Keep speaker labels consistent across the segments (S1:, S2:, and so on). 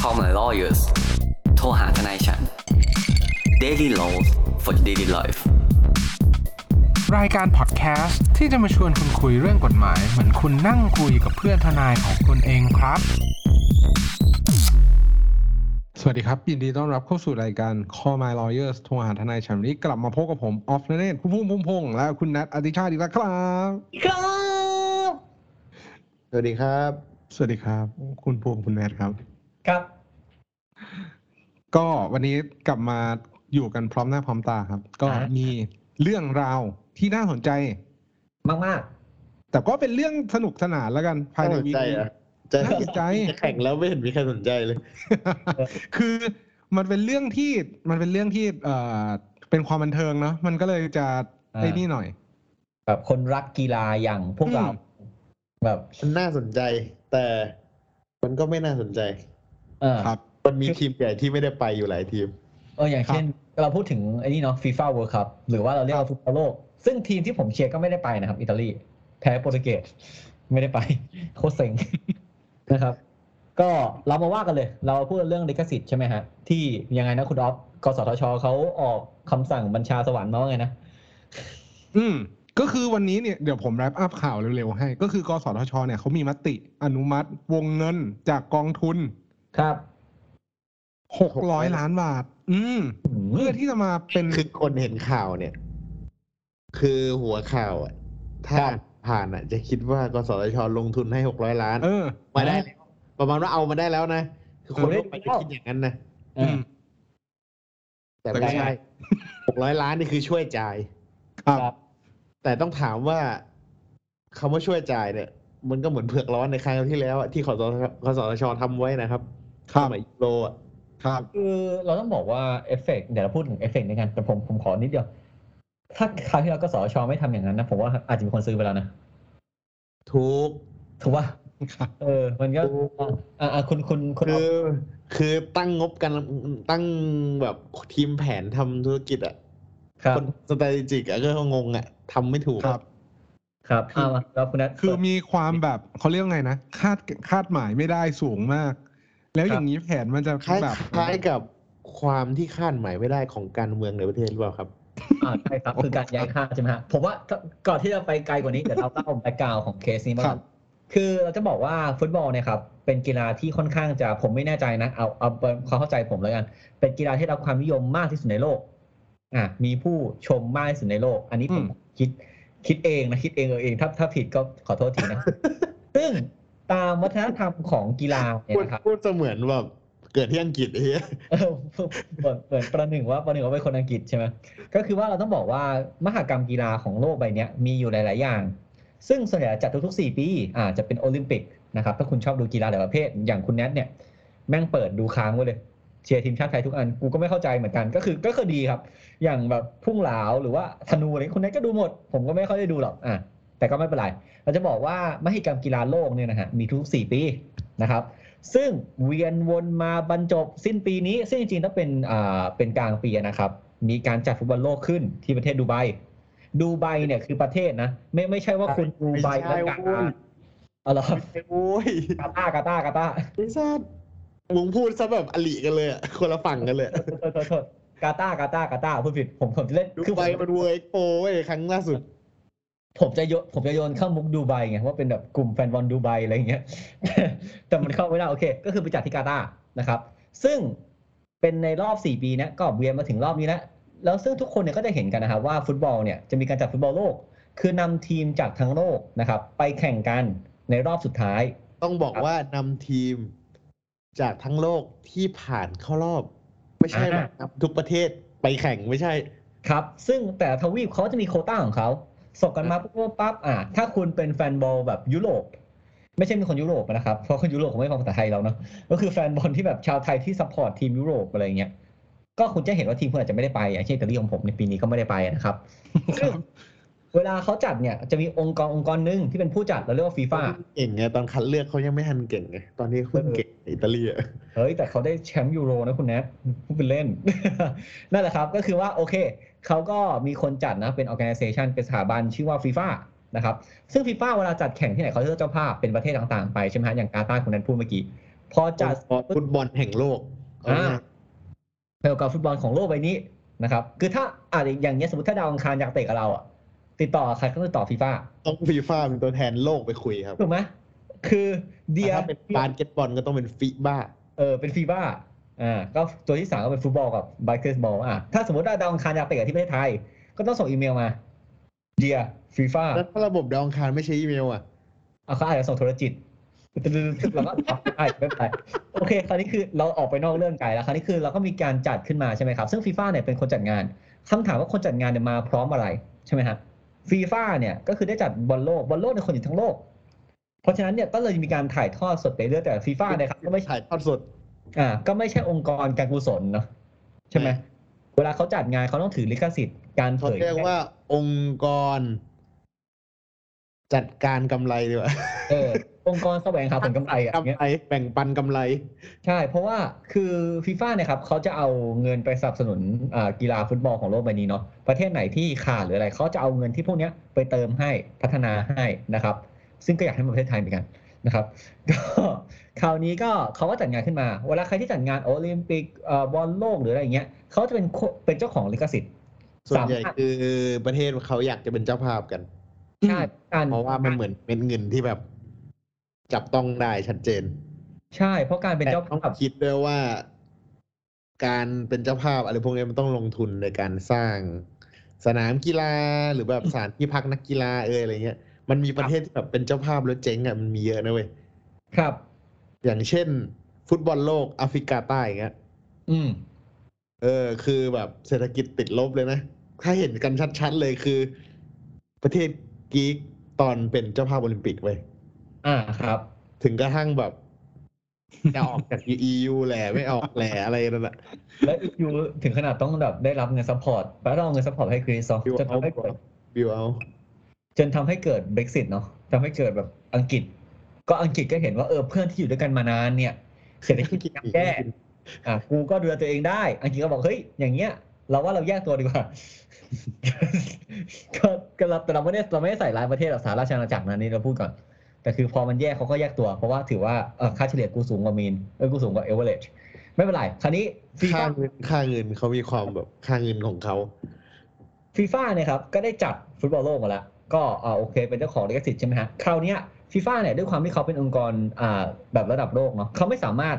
S1: call my lawyers โทรหาทนายฉัน daily laws for daily life
S2: รายการพอดแคสต์ที่จะมาชวนคุณคุยเรื่องกฎหมาย เหมือนคุณนั่งคุยกับเพื่อนทนายของคุณเองครับ สวัสดีครับ ยินดีต้อนรับเข้าสู่รายการ Call My Lawyers โทรหาทนายฉันวันนี้กลับมาพบกับผม ออฟนเนตคุณพุ่มพุ่มพงษ์และคุณนัทอธิชาติอีกแล้วครับ
S3: ครับ
S4: สวัสดีครับ
S2: สวัสดีครับ คุณพวงคุณแนทครับ
S3: ครับ
S2: ก็วันนี้กลับมาอยู่กันพร้อมหน้าพร้อมตาครับ ก็มีเรื่องราวที่น่าสนใจ
S3: มากมาก
S2: แต่ก็เป็นเรื่องสนุกสนานแล้วกันภายใน
S4: น่าสน
S2: วีค
S4: ใจ
S2: นี้
S4: อ่ะจะ
S2: น่าสนใจ
S4: จะแข่งแล้วไม่เห็นมีใครสนใจเลย
S2: คือมันเป็นเรื่องที่มันเป็นเรื่องที่เอ่อเป็นความบันเทิงเนาะมันก็เลยจะไอ้นี่หน่อย
S3: ๆแบบคนรักกีฬาอย่างพวกเรา
S2: อืม
S3: แบบ
S4: มันน่าสนใจ แต่มันก็ไม่น่าสนใจ
S3: เออ
S2: ครับ
S4: มันมีทีมใหญ่ที่ไม่ได้ไปอยู่หลายทีม
S3: เอออย่างเช่น เราพูดถึงไอ้นี่เนาะฟีฟ่าเวิร์คัพหรือว่าเราเรียกว่าฟุตบอลโลก ซึ่งทีมที่ผมเชียร์ก็ไม่ได้ไปนะครับ อิตาลีแพ้โปรตุเกสไม่ได้ไป โคตรเซ็ง นะครับ ก็เรามาว่ากันเลย เราพูดเรื่องลิขสิทธิ์ใช่ไหมฮะ ที่ยังไงนะคุณอ๊อฟกสทชเขาออกคำสั่งบัญชาสวรรค์มาว่าไงนะ
S2: อืมก็คือวันนี้เนี่ยเดี๋ยวผมแรปอัพข่าวเร็วๆให้ ก็คือกสทชเนี่ยเขามีมติอนุมัติวงเงินจากกองทุน
S3: ครับ
S2: หกร้อยล้านบาท อืมเพื่อที่จะมาเป็น
S4: คือคนเห็นข่าวเนี่ย คือหัวข่าวอะถ้าผ่านอ่ะ จะคิดว่ากสทชลงทุนให้หกร้อยล้าน
S2: เออ
S4: มาได้แล้วประมาณว่าเอามาได้แล้วนะ คือคนทั่วไปจะคิดอย่างนั้นนะ
S3: เออ
S4: แต่
S2: แต่
S4: ไม่
S2: ไม่ใช่
S4: ใช่หกร้อยล้านนี่คือช่วยจ่าย
S2: ครับ
S3: ครับ
S4: แต่ต้องถามว่าคำว่าช่วยจ่ายเนี่ย มันก็เหมือนเผือกร้อนในครั้งที่แล้วอะที่ขอสขสชทำไว้นะครับ
S2: ครับ
S4: สมัยยูโรอะ
S2: ครับ
S3: คือเราต้องบอกว่าเอฟเฟกต์เดี๋ยวเราพูดถึงเอฟเฟกต์ในกันแต่ผมผมขอนิดเดียว ถ้าคราวที่เราก็สอชอไม่ทำอย่างนั้นนะผมว่าอาจจะมีคนซื้อไปแล้วนะ
S4: ถูก
S3: ถูกว่า
S2: ครับ
S3: เออ มันก็อ่ะอ่ะอ่ะคุณคุณคุณ
S4: คื
S3: เอา
S4: อ คือตั้งงบกันตั้งแบบทีมแผนทำธุรกิจอะ
S3: ครับ
S4: คนสต r a t e g i c อะก็งงอะทำไม่ถูก
S2: ครับ
S3: ครับอ่ะมาแล้วคุณนัท
S2: คือมีความแบบเขาเรียกว่าไงนะคาดคาดหมายไม่ได้สูงมาก แล้ว
S3: ค
S2: อ
S3: รับ
S2: ย่างนี้แผนมันจะ
S4: คล้าย
S2: แบบ
S4: คล้ายกับความที่คาดหมายไม่ได้ของการเมืองในประเทศหรือเปล่าครับ
S3: อ่าใช่ครับคือการย้ายค่ายใช่ไหมฮะผมว่าถ้าก่อนที่จะไปไกลกว่านี้เดี๋ยวเราเล่าแบ็กกราวของเคสนี้
S2: ค
S3: มาก่
S2: รั
S3: อบ น คือเราจะบอกว่าฟุตบอลเนี่ยครับเป็นกีฬาที่ค่อนข้างจะผมไม่แน่ใจนะเอาเอาเอาความเข้าใจผมแล้วกัน เป็นกีฬาที่ได้รับความนิยมมากที่สุดในโลกอ่ะมีผู้ชมมากที่สุดในโลก อันนี้ผม
S2: อืม
S3: คิดคิดเองนะคิดเองเออเอง ถ้าถ้าผิดก็ขอโทษที นะ ซึ่งตามวัฒนธรรมของกีฬาเนี่ย
S4: พูด
S3: นะครับ
S4: พูดเสมือนแบบเกิดที่อังกฤษไอ้เหี้ย
S3: เออเหมือนเหมือนประหนึ่งว่าประหนึ่งว่าเป็นคนอังกฤษใช่ไหมก็คือว่าเราต้องบอกว่ามหกรรมกีฬาของโลกใบเนี้ยมีอยู่หลาย ๆ อย่าง ซึ่งส่วนใหญ่จัดทุกๆ 4 ปี อ่า จะเป็นโอลิมปิกนะครับ ถ้าคุณชอบดูกีฬาหลายประเภท อย่างคุณแนทเนี่ย แม่งเปิดดูค้างไว้เลย เชียร์ทีมชาติไทยทุกอัน กูก็ไม่เข้าใจเหมือนกัน ก็คือก็คือดีครับ อย่างแบบพุ่งหลาวหรือว่าธนูอะไรคุณแนทก็ดูหมด ผมก็ไม่ค่อยได้ดูหรอก อ่าแต่ก็ไม่เป็นไร เราจะบอกว่ามหิกรรมกีฬาโลกเนี่ยนะฮะ มีทุกๆ4ปีนะครับ ซึ่งเวียนวนมาบรรจบสิ้นปีนี้ ซึ่งจริงๆต้องเป็น อ่า เป็นกลางปีนะครับ มีการจัดฟุตบอลโลกขึ้นที่ประเทศดูไบ ดูไบเนี่ยคือประเทศนะ ไม่ไม่ใช่ว่าคุณดูไบแล้วกาตาร์เอาเหรอ
S4: ไม่ใช่โอ้ย
S3: กาตาร์กาตาร์กาตาร์
S4: ไอ้สัสมึงพูดซะแบบอลิกันเลยอะคนละฝั่งกันเลยอะ
S3: โทษโทษโทษกาตาร์กาตาร์กาตาร์พูดผิดผมผมจะเล่น
S4: ดู
S3: คือ
S4: ไปมันเวอร์เอ็กโปเว้ยครั้งล่าสุด
S3: ผมจะโยนผมจะโยนเข้ามุกดูไบไงว่าเป็นแบบกลุ่มแฟนบอลดูไบอะไรอย่างเงี้ย แต่มันเข้าไม่ได้โอเค ก็คือไปจัดที่กาตาร์นะครับ ซึ่งเป็นในรอบ 4 ปีนะก็เวียนมาถึงรอบนี้แล้วแล้วซึ่งทุกคนเนี่ยก็จะเห็นกันนะครับว่าฟุตบอลเนี่ยจะมีการจัดฟุตบอลโลก คือนำทีมจากทั้งโลกนะครับ ไปแข่งกันในรอบสุดท้าย
S4: ต้องบอกว่านำทีมจากทั้งโลกที่ผ่านเข้ารอบ ไม่ใช่แบบนำทุกประเทศไปแข่งไม่ใช่
S3: ครับ ซึ่งแต่ละทวีปเขาจะมีโควต้าของเขา ส่งกันมาปุ๊บปุ๊บปั๊บอ่ะถ้าคุณเป็นแฟนบอลแบบยุโรป ไม่ใช่เป็นคนยุโรปนะครับ เพราะคนยุโรปเขาไม่ฟังภาษาไทยเราเนาะ ก็คือแฟนบอลที่แบบชาวไทยที่ซัพพอร์ตทีมยุโรปอะไรเงี้ย ก็คุณจะเห็นว่าทีมคุณอาจจะไม่ได้ไป อย่างเช่นอิตาลีของผมในปีนี้ก็ไม่ได้ไปนะครับ ซึ่งเวลาเขาจัดเนี่ยจะมีองค์กรองค์กรหนึ่งที่เป็นผู้จัดเราเรียกว่าฟีฟ่า
S4: เก่งไงตอนคัดเลือกเขายังไม่ทันเก่งไงตอนนี้เพิ่งเก่งอิตาลีอะ
S3: เฮ้ย แต่เขาได้แชมป์ยูโรนะคุณแนทพูดเป็นเล่น นั่นแหละครับก็คือว่าโอเค เขาก็มีคนจัดนะเป็น organization เป็นสถาบันชื่อว่าฟีฟ่านะครับ ซึ่งฟีฟ่าเวลาจัดแข่งที่ไหนเขาจะเลือกเจ้าภาพเป็นประเทศต่างๆไปใช่ไหมฮะอย่างกาตาร์คุณแนทพูดเมื่อกี้ พอจัด
S4: ฟุตบอลแห่งโลก
S3: อ่า เกี่ยวกับฟุตบอลของโลกใบนี้นะครับ คือถ้าอ่ะอย่างเงี้ยสมมติถ้าดาวอังคารอยากเตะกับเราอ่ะ ติดต่อใครก็ติดต่อฟีฟ่า
S4: ต้องฟีฟ่าเป็นตัวแทนโลกไปคุยครับ
S3: ถูกไหมคือเดีย
S4: แต่ถ้าเป็นบาสเกตบอลก็ต้องเป็นฟีบ้า
S3: เออเป็นฟีบ้าอ่าก็ตัวที่สามก็เป็นฟุตบอลกับบาสเกตบอลอ่ะถ้าสมมติว่าดาวอังคารอยากไปกับที่ประเทศไทย ก็ต้องส่งอีเมลมาเดียฟีฟ่า
S4: แล้วถ้าระบบดาวอังคารไม่ใช่อีเมลอ่ะ
S3: เอาเขาอาจจะส่งโทรจิตเราก็ตอบได้ไม่เป็นไรโอเค คราวนี้คือเราออกไปนอกเรื่องไกลแล้วคราวนี้คือเราก็มีการจัดขึ้นมาใช่ไหมครับ ซึ่งฟีฟ่าเนี่ยเป็นคนจัดงานคำถามว่าคนจัดงานเนี่ยมาพร้อมอะไรใช่ไหมครับฟีฟ่าเนี่ยก็คือได้จัดบอลโลกบอลโลกเนี่ยคนอยู่ทั้งโลก เพราะฉะนั้นเนี่ยก็เลยมีการถ่ายทอดสดไปเรื่อยแต่ฟีฟ่าเนี่ยครับก็ไม่ใช่
S4: ถ่ายทอดสด
S3: อ่าก็ไม่ใช่องค์กรการกุศลเนาะใช่ไหมเวลาเขาจัดงานเขาต้องถือลิขสิทธิ์การเผ
S4: เขา
S3: ย
S4: เรียกว่าองค์กร จัดการกำไรดีกว่า
S3: เออองค์กรแสวงหาผลกำไรอ่ะอย่าง
S4: กำ
S3: เงี้ย
S4: ไรแบ่งปันกำไร
S3: ใช่ เพราะว่าคือฟีฟ่าเนี่ยครับเขาจะเอาเงินไปสนับสนุนอ่ากีฬาฟุตบอลของโลกใบนี้เนาะประเทศไหนที่ขาดหรืออะไรเขาจะเอาเงินที่พวกเนี้ยไปเติมให้พัฒนาให้นะครับ ซึ่งก็อยากให้ประเทศไทยเหมือนกันนะครับ ก็คราวนี้ก็เขาก็จัดงานขึ้นมาเวลาใครที่จัดงานโอลิมปิกเอ่อบอลโลกหรืออะไรอย่างเงี้ยเขาจะเป็นคนเป็นเจ้าของลิขสิทธิ์
S4: ส่วน
S3: สาม
S4: ใหญ่คือประเทศเขาอยากจะเป็นเจ้าภาพกัน
S3: ใช่ก
S4: เพราะว่ามันเหมือนเป็นเงินที่แบบ จับต้องได้ชัดเจน
S3: ใช่ เพราะการเป็นเจ้า
S4: แต่ต้อง
S3: ภาพ
S4: คิดด้วยว่า การเป็นเจ้าภาพอะไรพวกนี้มันต้องลงทุนในการสร้าง สนามกีฬาหรือแบบสถานที่พักนักกีฬาเอออะไรเงี้ย มันมีประเทศที่แบบเป็นเจ้าภาพแล้วเจ๊งอ่ะมันมีเยอะนะเว้ย
S3: ครับ
S4: อย่างเช่น ฟุตบอลโลกแอฟริกาใต้อย่างเงี้ย
S3: อืม
S4: เออ คือแบบเศรษฐกิจติดลบเลยนะ ถ้าเห็นกันชัดๆเลยคือ ประเทศกรีกตอนเป็นเจ้าภาพโอลิมปิกเว้ย
S3: อ่าครับ
S4: ถึงกระทั่งแบบ จะออกจาก EU แหละไม่ออกแหละอะไรนั่นแหละ
S3: แล้วอีกยูถึงขนาดต้องแบบได้รับเงินซัพพอร์ตแล้วต้องเอาเงินซัพพอร์ตให้กรีซเนอะ
S4: บิว
S3: จน
S4: เอา
S3: ทำให้เกิด
S4: บิวเอา
S3: จนทำให้เกิดเบรกซิตเนาะทำให้เกิดแบบอังกฤษ ก็อังกฤษก็เห็นว่าเออเพื่อนที่อยู่ด้วยกันมานานเนี่ยเศรษฐกิจย่ำแย่อ่ะกูก็ดูแลตัวเองได้ อังกฤษก็บอกเฮ้ยอย่างเงี้ย เราว่าเราแยกตัวดีกว่า ก็ก็เราแต่เราไม่ได้เราไม่ได้ใส่ร้ายประเทศหรอกสาราชอาณาจักรนะนี่เราพูดก่อน แต่คือพอมันแยกเขาก็แยกตัว เพราะว่าถือว่าเออค่าเฉลี่ยกูสูงกว่ามีนเออกูสูงกว่าเอเวอเรจไม่เป็นไรคราวนี้
S4: ค่า
S3: FIFA
S4: เงินค่าเงินเขามีความแบบค่าเงินของเขา
S3: ฟีฟ่าเนี่ยครับก็ได้จัดฟุตบอลโลกมาแล้ว ก็อ่าโอเคเป็นเจ้าของลิขสิทธิ์ใช่ไหมฮะคราวเนี้ยฟีฟ่าเนี่ยด้วยความที่เขาเป็นองค์กรอ่าแบบระดับโลกเนาะเขาไม่สามารถ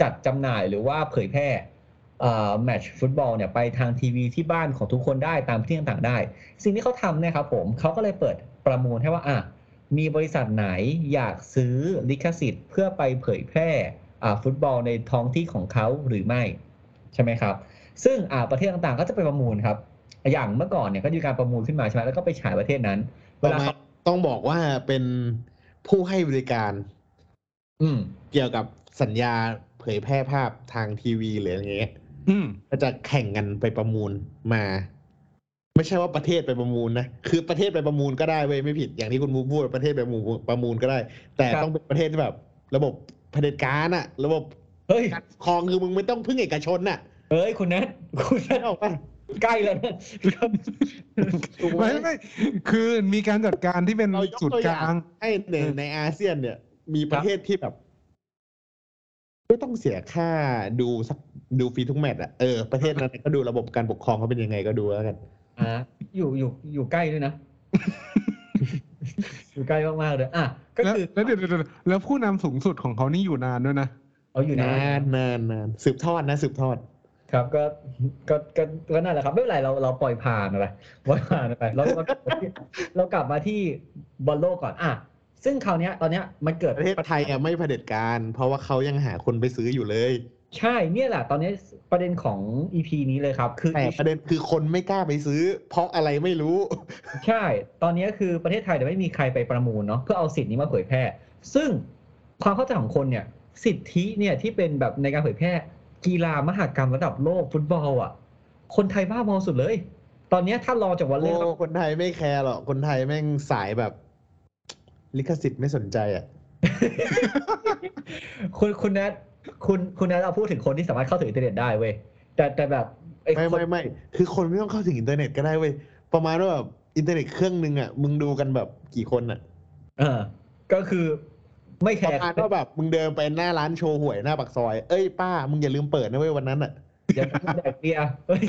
S3: จัดจำหน่ายหรือว่าเผยแพร่อ่าแมตช์ฟุตบอลเนี่ยไปทางทีวีที่บ้านของทุกคนได้ตามที่ต่างๆได้ สิ่งที่เขาทำเนี่ยครับผมเขาก็เลยเปิดประมูลให้ว่าอ่ะมีบริษัทไหนอยากซื้อลิขสิทธิ์เพื่อไปเผยแพร่อ่าฟุตบอลในท้องที่ของเขาหรือไม่ใช่ไหมครับ ซึ่งอ่าประเทศต่างๆ ก็จะไปประมูลครับ อย่างเมื่อก่อนเนี่ยก็มีการประมูลขึ้นมาใช่ไหมแล้วก็ไปฉายประเทศนั้น
S4: ป
S3: เว
S4: ระ
S3: ลา
S4: มาณ
S3: เขา
S4: ต้องบอกว่าเป็นผู้ให้บริการ
S3: อืม
S4: เกี่ยวกับสัญญาเผยแพร่ภาพทางทีวีหรืออะไรเงี้ย
S2: อืม
S4: ก็จะแข่งกันไปประมูลมา ไม่ใช่ว่าประเทศไปประมูลนะคือประเทศไปประมูลก็ได้เว้ยไม่ผิดอย่างที่คุณมูพูดประเทศไปประมูลประมูลก็ได้ แต่
S3: ครับ
S4: ต้องเป็นประเทศที่แบบ ระบบเผด็จการอะระบบ
S3: เฮ้ย
S4: การปกครองคือมึงไม่ต้องพึ่งเอกชนน่ะ
S3: เฮ้ยคุณนัทคุณนั
S4: ไม่
S3: ท
S4: ออกป่ะ
S3: ใกล้แล้วนะ
S4: ถูกไหม
S2: ไม่ไม่คือมีการจัดการที่เป็น
S4: เรายก
S2: จุด
S4: ตัว
S2: ก
S4: อย่า
S2: ลาง ง
S4: ให้ในในอาเซียนเนี่ย มีประเทศที่แบบ ไม่ต้องเสียค่าดูสักดูฟรีทุกแมตช์อะเออประเทศนั้นก็ดูระบบการปกครองเขาเป็นยังไงก็ดูแล้วกัน
S3: อ่าอยู่อยู่อยู่ใกล้ด้วยนะ อยู่ใกล้มากๆเลยอ่ะก็
S2: แล้ว
S3: คือ
S2: แล้วเดี๋ยวเดี๋ยวเดี๋ยวแล้วผู้นำสูงสุดของเขานี่อยู่นานด้วยนะ
S3: เอาอยู่ใน
S4: นานนานนานสืบทอดนะสืบทอด
S3: ครับก็ก็ก็ก็นั่นแหละครับไม่เป็นไรเราเราปล่อยผ่านไปปล่อยผ่านไปเราเราเรากลับมาที่บอลโลกก่อนอ่ะซึ่งคราวเนี้ยตอนเนี้ยมันเกิด
S4: ประเทศไทยอ่ะไม่เผด็จการ เพราะว่าเขายังหาคนไปซื้ออยู่เลย
S3: ใช่เนี่ยแหละ ตอนนี้ประเด็นของ EP นี้เลยครับ คือ
S4: แต่ประเด็นคือคนไม่กล้าไปซื้อ เพราะอะไรไม่รู้
S3: ใช่ ตอนนี้คือประเทศไทยแต่ยไม่มีใครไปประมูลเนาะเพื่อเอาสิทธิ์นี้มาเผยแพร่ ซึ่งความเข้าใจของคนเนี่ยสิทธิเนี่ยที่เป็นแบบในการเผยแพร่ กีฬามหากรรมระดับโลกฟุตบอลอ่ะ คนไทยบ้าบอสุดเลย ตอนนี้ถ้ารองจากวันเล่
S4: โอ้
S3: น
S4: คนไทยไม่แคร์หรอก คนไทยแม่งสายแบบ ลิขสิทธิ์ไม่สนใจอ่ะ
S3: คุณคุณแนทคุณคุณแนทเราพูดถึงคนที่สามารถเข้าถึงอินเทอร์เน็ตได้เว้ยแต่แต่แบบอ้
S4: ไม่
S3: คน
S4: ไม่ไม่ คือคนไม่ต้องเข้าถึงอินเทอร์เน็ตก็ได้เว้ย ประมาณว่าแบบอินเทอร์เน็ตเครื่องนึงอ่ะ มึงดูกันแบบกี่คนอ่ะ
S3: เออก็คือ ไม่แค
S4: ประ
S3: ร์
S4: มาณว่าแบบมึงเดินไปหน้าร้านโชว์หวยหน้าปากซอย เอ้ยป้ามึงอย่าลืมเปิดนะเว้ยวันนั้นอ่ะ
S3: เดี๋ยวกูแดกเบียร์เฮ้ย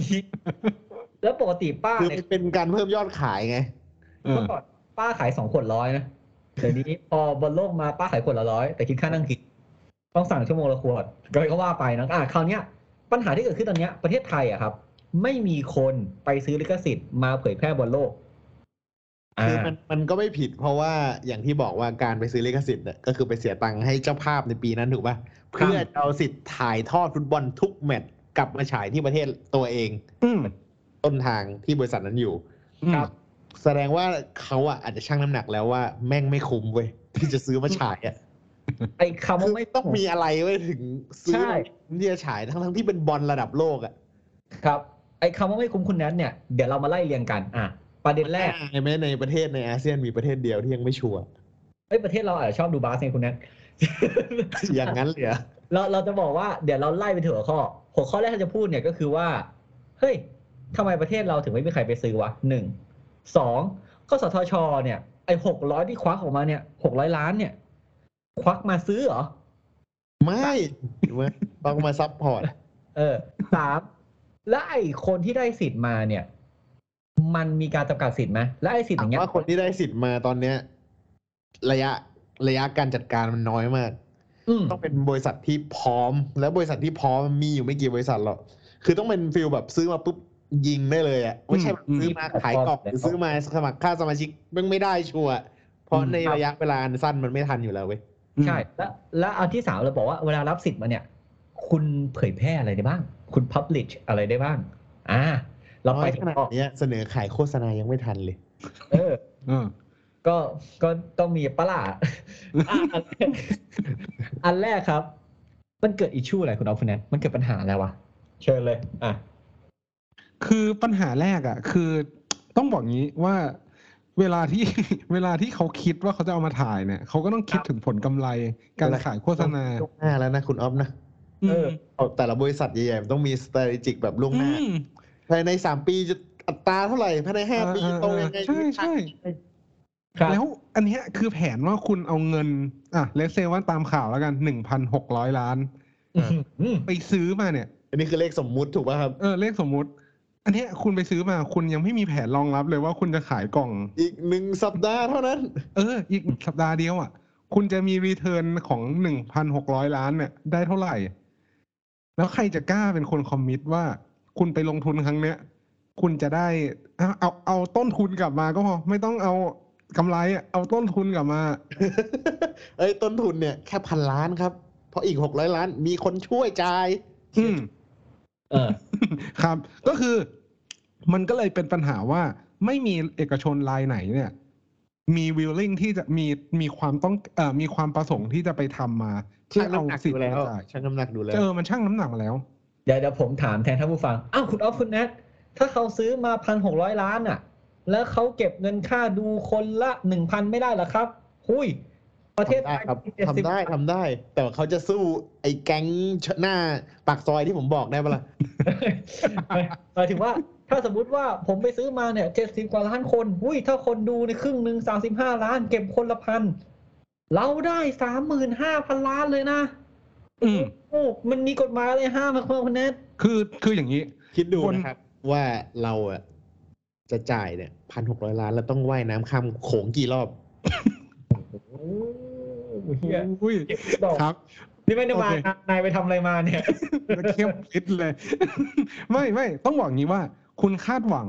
S3: แล้วปกติป้า
S4: คือ
S3: เนี่ย
S4: มันเป็นการเพิ่มยอดขายไง
S2: เออ
S3: เมื่อก่อนป้าขายสองขวดร้อยนะเดี๋ยวนี้พอบนโลกมาป้าขายขวดละร้อยแต่คิดค่านั่งกินต้องสั่งชั่วโมงละขวดก็เลยก็ว่าไปนะอ่ะคราวเนี้ย ปัญหาที่เกิดขึ้นตอนเนี้ยประเทศไทยอ่ะครับ ไม่มีคนไปซื้อลิขสิทธิ์มาเผยแพร่บนโลกอ่า
S4: คือมันมันก็ไม่ผิดเพราะว่าอย่างที่บอกว่าการไปซื้อลิขสิทธิ์เนี่ยก็คือไปเสียตังค์ให้เจ้าภาพในปีนั้นถูกปะ่ะเพื่อจะเอาสิทธิ์ถ่ายทอดฟุตบอลทุกแมตช์กลับมาฉายที่ประเทศตัวเอง
S2: อืม
S4: ต้นทางที่บริษัทนั้นอยู่
S2: อืม
S3: ครับ
S4: แสดงว่าเขาอ่ะอาจจะชั่งน้ำหนักแล้วว่าแม่งไม่คุ้มเว้ยที่จะซื้อมาฉายอ่ะ
S3: ไอ้คำ
S4: คื
S3: ว่า
S4: อ
S3: ไม่
S4: ไม่ต้องมีอะไรเว้ยถึงซื้อ
S3: ใช่
S4: ที่จะฉายทั้งทั้งๆที่เป็นบอลระดับโลกอ่ะ
S3: ครับไอ้คำว่าไม่คุ้มคุณแนทเนี่ยเดี๋ยวเรามาไล่เรียงกันอ่ะประเด็นแรก
S4: ใช่ไหมในประเทศในอาเซียนมีประเทศเดียวที่ยังไม่ชัวร์
S3: เอ้ยประเทศเราอาจจะชอบดูบาสไงคุณแนท
S4: อย่างนั้นเลยเหรอ
S3: เราเราจะบอกว่าเดี๋ยวเราไล่ไปถึงหัวข้อ หัวข้อแรกที่จะพูดเนี่ยก็คือว่า เฮ้ยทำไมประเทศเราถึงไม่มีใครไปซื้อวะหนึ่งสองก็สทชเนี่ยไอ้หกร้อยที่ควักออกมาเนี่ยหกร้อยล้านเนี่ย ควักมาซื้อเหรอ
S4: ไม่เว้ยต้องมาซัพพอร์ต
S3: เออสามและไอ้คนที่ได้สิทธิ์มาเนี่ย มันมีการจำกัดสิทธิ์ไหมและไอ้สิทธิ์อ
S4: ถา
S3: ย่า
S4: ม
S3: งเงี้ย
S4: ว่าคนที่ได้สิทธิ์มาตอนเนี้ย ระยะระยะการจัดการมันน้อยมาก
S3: อืม
S4: ต้องเป็นบริษัทที่พร้อม แล้วบริษัทที่พร้อมมีอยู่ไม่กี่บริษัทหรอกคือต้องเป็นฟิลแบบซื้อมาปุ๊บยิงได้เลยอะ่ะไม่ใช่แบบซื้อมาขายกล่องหรือซื้อมาสมัครค่าสมาชิกมันไม่ได้ชัวร์เพราะในระยะเวลาอันสั้นมันไม่ทันอยู่แล้วเว้ย
S3: ใช่และและอันที่สามเราบอกว่าเวลารับสิทธิ์มาเนี่ย คุณเผยแพร่อะไรได้บ้าง คุณพับลิชอะไรได้บ้าง อ่า เราไป
S4: น้อยขนาดเนี้ยเสนอขายโฆษณายังไม่ทันเลย
S3: เออ
S2: เออ
S3: ก็ก็ต้องมีปะ ล่ะอ่ะอันแรกอันแรกครับ มันเกิดอิชชูอะไรคุณออฟคุณแนทมันเกิดปัญหาอะไรวะ เชิญเลย อ่ะ
S2: คือปัญหาแรกอะ่ะ คือต้องบอกงี้ว่าเวลาที่ เวลาที่เขาคิดว่าเขาจะเอามาถ่ายเนี่ยเขาก็ต้องคิดถึงผลกำไรการขายโฆษณา
S4: ล่วงหน้าแล้วนะคุณออฟนะ
S3: เออ
S4: เอาแต่ละบริษัทใหญ่ๆมันต้องมี strategic แบบล่วงห
S2: อื
S4: น้า
S2: ม
S4: ภายในสามปีจะอัตราเท่าไหร่ภายในห้า
S2: อ่า
S4: ปี
S2: อ่า
S4: โตยังไง
S2: ใช่ใช่
S3: ครับ
S2: แล้วอันเนี้ยคือแผนว่าคุณเอาเงิน อ่ะเลเซว่าตามข่าวแล้วกันหนึ่งพันหกร้อยล้าน
S3: อืม
S2: ไปซื้อมาเนี่ย
S4: อันนี้คือเลขสมมุติถูกป่ะครับ
S2: เออเลขสมมุติ อันเนี้ยคุณไปซื้อมาคุณยังไม่มีแผนรองรับเลยว่าคุณจะขายกล่อง
S4: อีกหนึ่งสัปดาห์เท่านั้น
S2: เออ อีกสัปดาห์เดียวอ่ะ คุณจะมีรีเทิร์นของหนึ่งพันหกร้อยล้านเนี่ย ได้เท่าไหร่ แล้วใครจะกล้าเป็นคนคอมมิตว่า คุณไปลงทุนครั้งเนี้ย คุณจะได้เอาเอาเอาต้นทุนกลับมาก็พอ ไม่ต้องเอากำไรอะเอาต้นทุนกลับมา
S4: เอ้ยต้นทุนเนี่ยแค่พันล้านครับ เพราะอีกหกร้อยล้านมีคนช่วยจ่าย
S2: อืม
S3: เออ
S2: ครับ ก็คือมันก็เลยเป็นปัญหาว่าไม่มีเอกชนรายไหนเนี่ย มีวิลลิ่งที่จะมีมีความต้องเอ่อมีความประสงค์ที่จะไปทำมาเพื่อ
S4: ช่า
S2: งเอา
S4: น้ำหนัก
S2: สิท
S4: ดู
S2: ธิ์
S4: แล้
S2: มาว จ่าย
S4: ช่างน้ำหนักดูแล้ว
S2: เออมันช่างน้ำหนักมาแล้ว
S3: เดี๋ยวเดี๋ยวผมถามแทนท่านผู้ฟัง อ้าวคุณออฟคุณแนทถ้าเขาซื้อมาพันหกร้อยล้านอ่ะ แล้วเขาเก็บเงินค่าดูคนละหนึ่งพันไม่ได้เหรอครับ หุยประเทศ
S4: ทำได้ครับทำได้ทำได้ แต่ว่าเขาจะสู้ไอ้แก๊งหน้าปากซอยที่ผมบอกได้ปะล่ะ
S3: หมายถึงว่า ถ้าสมมติว่าผมไปซื้อมาเนี่ยเจ็ดสิบกว่าล้านคนหุยถ้าคนดูในครึ่งหนึ่งสามสิบห้าล้าน เก็บคนละพัน เราได้สามหมื่นห้าพันล้านเลยนะ
S2: อืม
S3: โอ้มันมีกฎหมายอะไรห้ามมาคุณแนท
S2: คือคืออย่างนี้
S4: คิดดู
S2: คน
S4: นะครับ ว่าเราอะจะจ่ายเนี่ยพันหกร้อยล้านแล้วต้องว่ายน้ำข้ามโขงกี่รอบ
S3: โอ้เฮีย
S2: อุ้ย
S3: เก็บดอก
S2: ครับ
S3: นี่ไม่ได้มา
S2: โอเค
S3: นายไปทำอะไรมาเนี่ย
S2: เข้มคิด เลย ไม่ไม่ต้องบอกอย่างนี้ว่า คุณคาดหวัง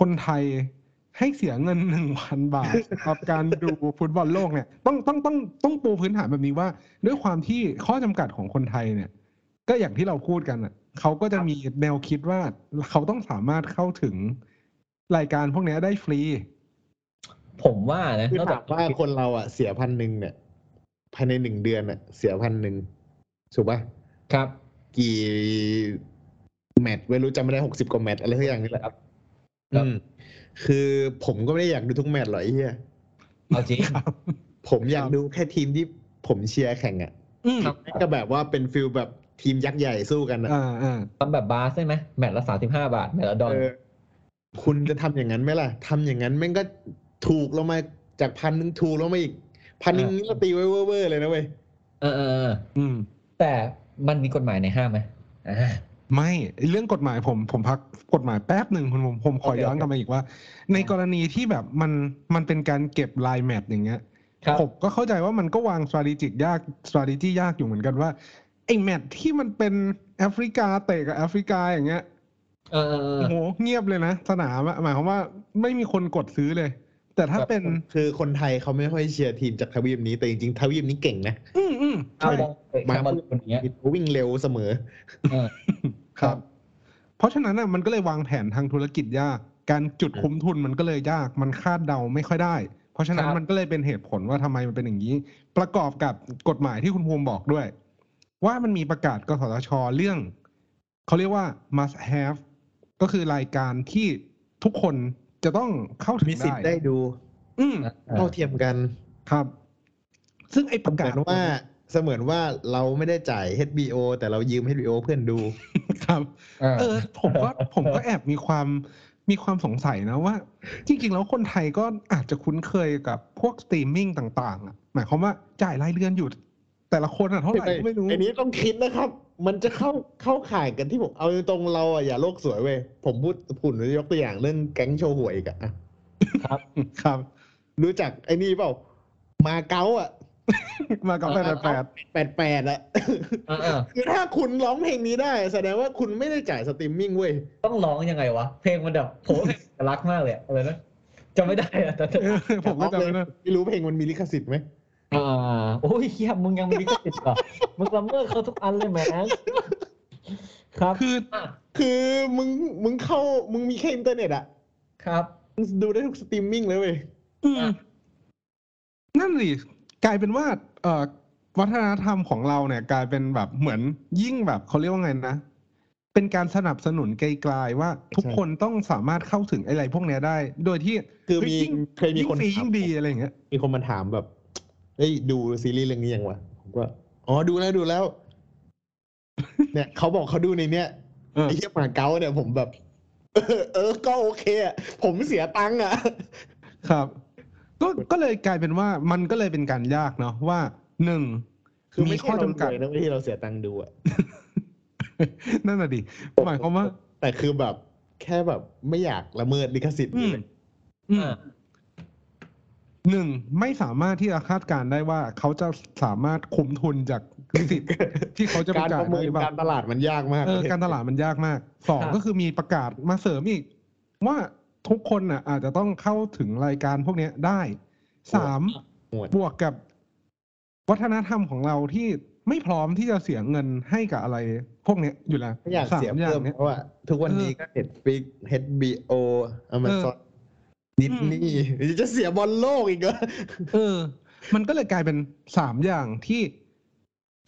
S2: คนไทยให้เสียเงินหนึ่งพันบาท กับการดูฟุตบอลโลกเนี่ย ต้องต้องต้องต้องปูพื้นฐานแบบนี้ว่า ด้วยความที่ข้อจำกัดของคนไทยเนี่ย ก็อย่างที่เราพูดกันอ่ะเขาก็จะมีแนวคิดว่าเขาต้องสามารถเข้าถึงรายการพวกเนี้ยได้ฟรี
S3: ผมว่านะ
S4: คือน
S3: อกจา
S4: ถากมว่าคนเราอ่ะเสียพันหนึ่งเนี่ย ภายในหนึ่งเดือนอ่ะ เสียพันหนึ่งถูกปะ
S3: ครับ
S4: กี่แมตช์ไม่รู้จำไม่ได้หกสิบกว่าแมตช์อะไรทุกอย่างนี่แหละครับ
S3: ครับ
S4: อืมคือผมก็ไม่ได้อยากดูทุกแมตช์หรอกไอ้เหี้ย
S3: เอาจริง
S4: ผมอยาก
S2: ครับ
S4: ดูแค่ทีมที่ผมเชียร์แข่งอ่ะ
S2: อืม
S3: ครับ
S4: ก็แบบว่าเป็นฟิลแบบทีมยักษ์ใหญ่สู้กันอ่ะ
S2: อ่าอ่า
S3: ทำแบบบาสได้ไหมแมตช์ละสามสิบห้าบาท แมตช์ละดอล
S4: เออ คุณจะทำอย่างนั้นไหมล่ะทำอย่างนั้นแม่งก็ถูกลงมาจากพันหนึ่งถูกลงมาอีก พันหนึ่งนี่เราตีไว้เว่อร์ๆเลยนะเว้ย
S3: เออเออเออ
S2: อืม
S3: แต่มันมีกฎหมายในห้ามไหมอ่า
S2: ไม่เรื่องกฎหมายผมผมพักกฎหมายแป๊บหนึ่งคุณผมผมขอ
S3: โอเค
S2: ย้อนก
S3: โอเค
S2: ลับมาอีกว่า ในกรณีที่แบบมันมันเป็นการเก็บลายแมทอย่างเงี้ย
S3: ครับ
S2: ผมก็เข้าใจว่ามันก็วาง s t r a t e g i c ยาก s t r a t e g y ยากอยู่เหมือนกันว่าไอ้แมทที่มันเป็นแอฟริกาเตะกับแอฟริกาอย่างเงี้ย
S3: เออเออเอ
S2: โอ้
S3: อ
S2: โหเงียบเลยนะ สนามอะหมายความว่าไม่มีคนกดซื้อเลย แต่ถ้าเป็น
S4: คือคนไทยเขาไม่ค่อยเชียร์ทีมจากทวีปนี้แต่จริงๆทวีปนี้เก่งนะ
S2: อืมอืม
S3: เอา
S2: ใช่
S3: ลองเตะ
S4: มา
S3: แคามารูนคนเนี้ย
S4: วิ่งเร็วเสมอ
S3: เออ
S2: ครับ เพราะฉะนั้นน่ะมันก็เลยวางแผนทางธุรกิจยาก การจุดคุ้มทุนมันก็เลยยาก มันคาดเดาไม่ค่อยได้ เพราะฉะนั้น
S3: ครับ
S2: มันก็เลยเป็นเหตุผลว่าทำไมมันเป็นอย่างนี้ ประกอบกับกฎหมายที่คุณภูมิบอกด้วย ว่ามันมีประกาศกสทชเรื่อง เขาเรียกว่า must have ก็คือรายการที่ทุกคนจะต้องเข้าถึง
S4: มีสิทธิ์ได้
S2: ได้
S4: ดู
S2: อืม
S4: เท่าเทียมกัน
S2: ครับ ซึ่งไอ้ประ
S4: เหมื
S2: กาศ
S4: อนว่าเสมือนว่าเราไม่ได้จ่าย HBO แต่เรายืม HBO เพื่อนดู
S2: ครับ
S3: เออ
S2: เออผมก็ ผมก็แอบมีความมีความสงสัยนะว่า จริง ๆ แล้วคนไทยก็อาจจะคุ้นเคยกับพวกสตรีมมิ่งต่างๆอะหมายความว่าจ่ายรายเดือนอยู่ แต่ละคนอะเท่าไหร่ก็ไม่รู้
S4: อันนี้ต้องคิดนะครับ มันจะเข้าเข้าข่ายกันที่ผมเอาตรงๆเราอ่ะอย่าโลกสวยเว้ย ผมพูดผุนยกตัวอย่างเรื่องแก๊งโชว์หวยอีกอะอะ
S2: ครับ
S4: รู้จักไอ้นี่เปล่า มาเก๊าอ่ะ
S2: มากับแปดแปด
S4: แปดแปดอ่ะ
S3: เออเออ
S4: คือถ้าคุณร้องเพลงนี้ได้ แสดงว่าคุณไม่ได้จ่ายสตรีมมิ่งเว้ย
S3: ต้องร้องยังไงวะ เพลงมันแบบโหเพลงเอกลักษณ์มากเลยอะอะไรนะจำไม่ได้ อะแต่แต่
S2: เออผมก็จำไม่ได้
S4: ไม่รู้เพลงมันมีลิขสิทธิ์ไหม
S3: อ่าโอ้ยเฮียมึงยังมีลิขสิทธิ์เหรอมึงละเมิดเขาทุกอันเลยแหมนครับ
S2: คือ
S3: อ่ะ
S4: คือมึงมึงเข้ามึงมีแค่อินเทอร์เน็ตอะ
S3: ครับ
S4: มึงดูได้ทุกสตรีมมิ่งเลยเว้ย
S2: อืมนั่นสิกลายเป็นว่าเอ่อวัฒนธรรมของเราเนี่ย กลายเป็นแบบเหมือนยิ่งแบบเขาเรียกว่าไงนะ เป็นการสนับสนุนไกลๆว่า ทุก
S4: ใช่
S2: คนต้องสามารถเข้าถึงอะไรพวกเนี้ยได้ โดยที่
S4: คือ
S2: เฮ้ย
S4: มี
S2: ยิ่ง
S4: เคยมีคน
S2: ยิ่งฟรี
S4: ถาม
S2: ยิ่งดีอะไรอย่างเงี้ย
S4: มีคนมาถามแบบเฮ้ยดูซีรีส์เรื่องนี้ยังวะผมก็อ๋อดูแล้วดู แล้ว เนี่ยเขาบอกเขาดูในเนี้ย
S2: เออ
S4: ไอ้เหี้ยหมาเก๊าเนี่ยผมแบบ เออเออก็โอเคอะผมเสียตังค์อะ
S2: ครับก็ก็เลยกลายเป็นว่ามันก็เลยเป็นการยากเนาะว่าหนึ่ง
S4: คือ
S2: มี
S4: ไม่ใช่
S2: ข้อ
S4: เรา
S2: จำกัด
S4: รวยนะไม่ใช่เราเสียตังค์ดูอะ
S2: นั่นน่ะดิหมายความว่า
S4: แต่คือแบบแค่แบบไม่อยากละเมิดลิขสิทธิ์
S2: อืม
S4: เลย
S2: อืมหนึ่งไม่สามารถที่จะคาดการณ์ได้ว่าเขาจะสามารถคุมทุนจาก สิทธิ์ที่เขาจะป
S4: การ
S2: ระกา
S4: ป
S2: ศได้
S4: ระเมิน
S2: หรือเปล่า
S4: การตลาดมันยากมาก
S2: เออการตลาดมันยากมากสอง
S3: ครับ
S2: ก็คือมีประกาศมาเสริมอีก ว่าทุกคนน่ะ อาจจะต้องเข้าถึงรายการพวกเนี้ยได้สาม
S4: โหด
S2: บวกกับ วัฒนธรรมของเราที่ไม่พร้อมที่จะเสียเงินให้กับอะไร พวกเนี้ยอยู่แล้ว
S4: ไม่อยาก
S2: สาม
S4: เสีย
S2: อย่า
S4: เพิ่ม
S2: งเนี้ย
S4: เพราะว่าทุกวันนี้ก็เน็ตฟิก HBO Amazon ดิสนีย์จะเสียบอลโลกอีกเหรอ
S2: เออ มันก็เลยกลายเป็นสามอย่างที่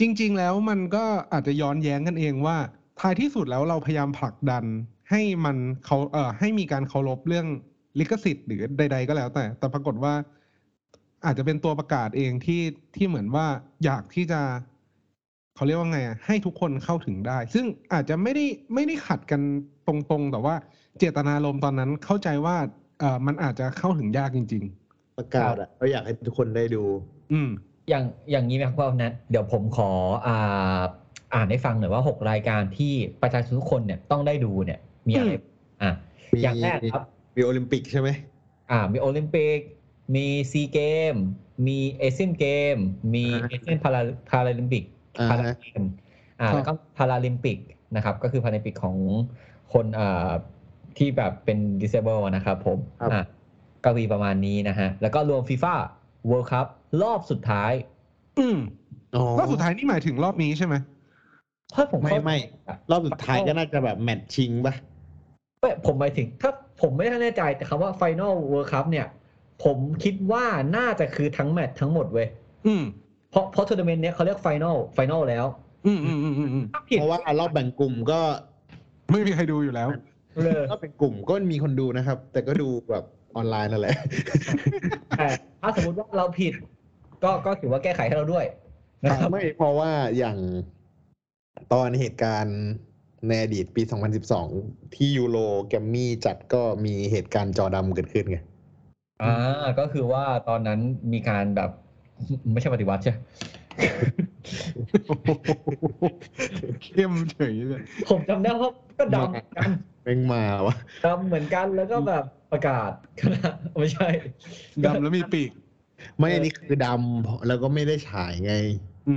S2: จริง ๆ แล้วมันก็อาจจะย้อนแย้งกันเองว่า ท้ายที่สุดแล้วเราพยายามผลักดัน ให้มันเขาเอ่อให้มีการเคารพเรื่องลิขสิทธิ์หรือใด ๆ ก็แล้วแต่ แต่ปรากฏว่า อาจจะเป็นตัวประกาศเองที่ที่เหมือนว่าอยากที่จะเขาเรียกว่าไงอะให้ทุกคนเข้าถึงได้ ซึ่งอาจจะไม่ได้ไม่ได้ขัดกันตรงๆ แต่ว่าเจตนารมณ์ตอนนั้นเข้าใจว่าเออมันอาจจะเข้าถึงยากจริง
S4: ประกาศอ่ะเราอยากให้ทุกคนได้ดู
S2: ๆ อืม
S3: อย่างอย่างนี้ไหมครับว่านัทเดี๋ยวผมขออ่าอ่านให้ฟังหน่อยว่า 6 รายการที่ประชาชนทุกคนเนี่ยต้องได้ดูเนี่ย มีอะไร
S2: อืม
S3: อ่ะ
S4: มี
S3: อย่างแรกครับ
S4: มีโอลิมปิกใช่ไหม
S3: อ่ามีโอลิมปิก มีซีเกม มีเอเชียนเกม มีเอเชียนพาราพาราลิมปิก
S4: อ่า
S3: พาราเกมอ่า
S2: ครับ
S3: แล้วก็พาราลิมปิกนะครับ ก็คือพาราลิมปิกของคนอ่าที่แบบเป็น disable นะครับผมอ่ะก็มีประมาณนี้นะฮะ แล้วก็รวมฟีฟ่า World Cup รอบสุดท้าย
S2: อืม
S4: อ๋อ
S2: รอบสุดท้ายนี่หมายถึงรอบนี้ใช่ไหม
S3: ถ้าผมเข้า
S4: ไม่
S3: อ่ะ
S4: รอบสุดท้ายก็น่าจะแบบแมตช์ชิงป่ะ
S3: ไม่ผมหมายถึง ถ้าผมไม่แน่ใจแต่คำว่า Final World Cup เนี่ย ผมคิดว่าน่าจะคือทั้งแมตช์ทั้งหมดเว้ย
S2: อืม
S3: เพราะเพราะทัวร์นาเมนต์เนี้ยเขาเรียกไฟน a ลไฟน a ลแล้ว
S2: อืมอืมอืมอืมอืม
S3: ถ้าผิด
S4: เพราะว่ารอบแบ่งกลุ่มก็
S2: ไม่มีใครดูอยู่แล้ว
S3: เลย
S4: รอบแบ่งกลุ่มก็มีคนดูนะครับ แต่ก็ดูแบบออนไลน์นั่นแหละ
S3: แต่ถ้าสมมติว่าเราผิด ก็ก็ถือว่าแก้ไขให้เราด้วยนะครับ
S4: ไม่เพราะว่าอย่างตอนเหตุการณ์ในอดีตปี 2012 ที่ยูโรแกรมมี่จัดก็มีเหตุการณ์จอดำเกิดขึ้นไง
S3: อ่าก็คือว่าตอนนั้นมีการแบบ ไม่ใช่ปฏิวัติใช่
S2: เข้มเฉยเลย
S3: ผมจำได้ว่าก็ดำกัน
S4: แม่งมาวะ
S3: ดำเหมือนกันแล้วก็แบบประกาศ คณะไม่ใช่
S2: ดำแล้วมีปีก
S4: ไม่อันนี้คือดำแล้วก็ไม่ได้ฉายไง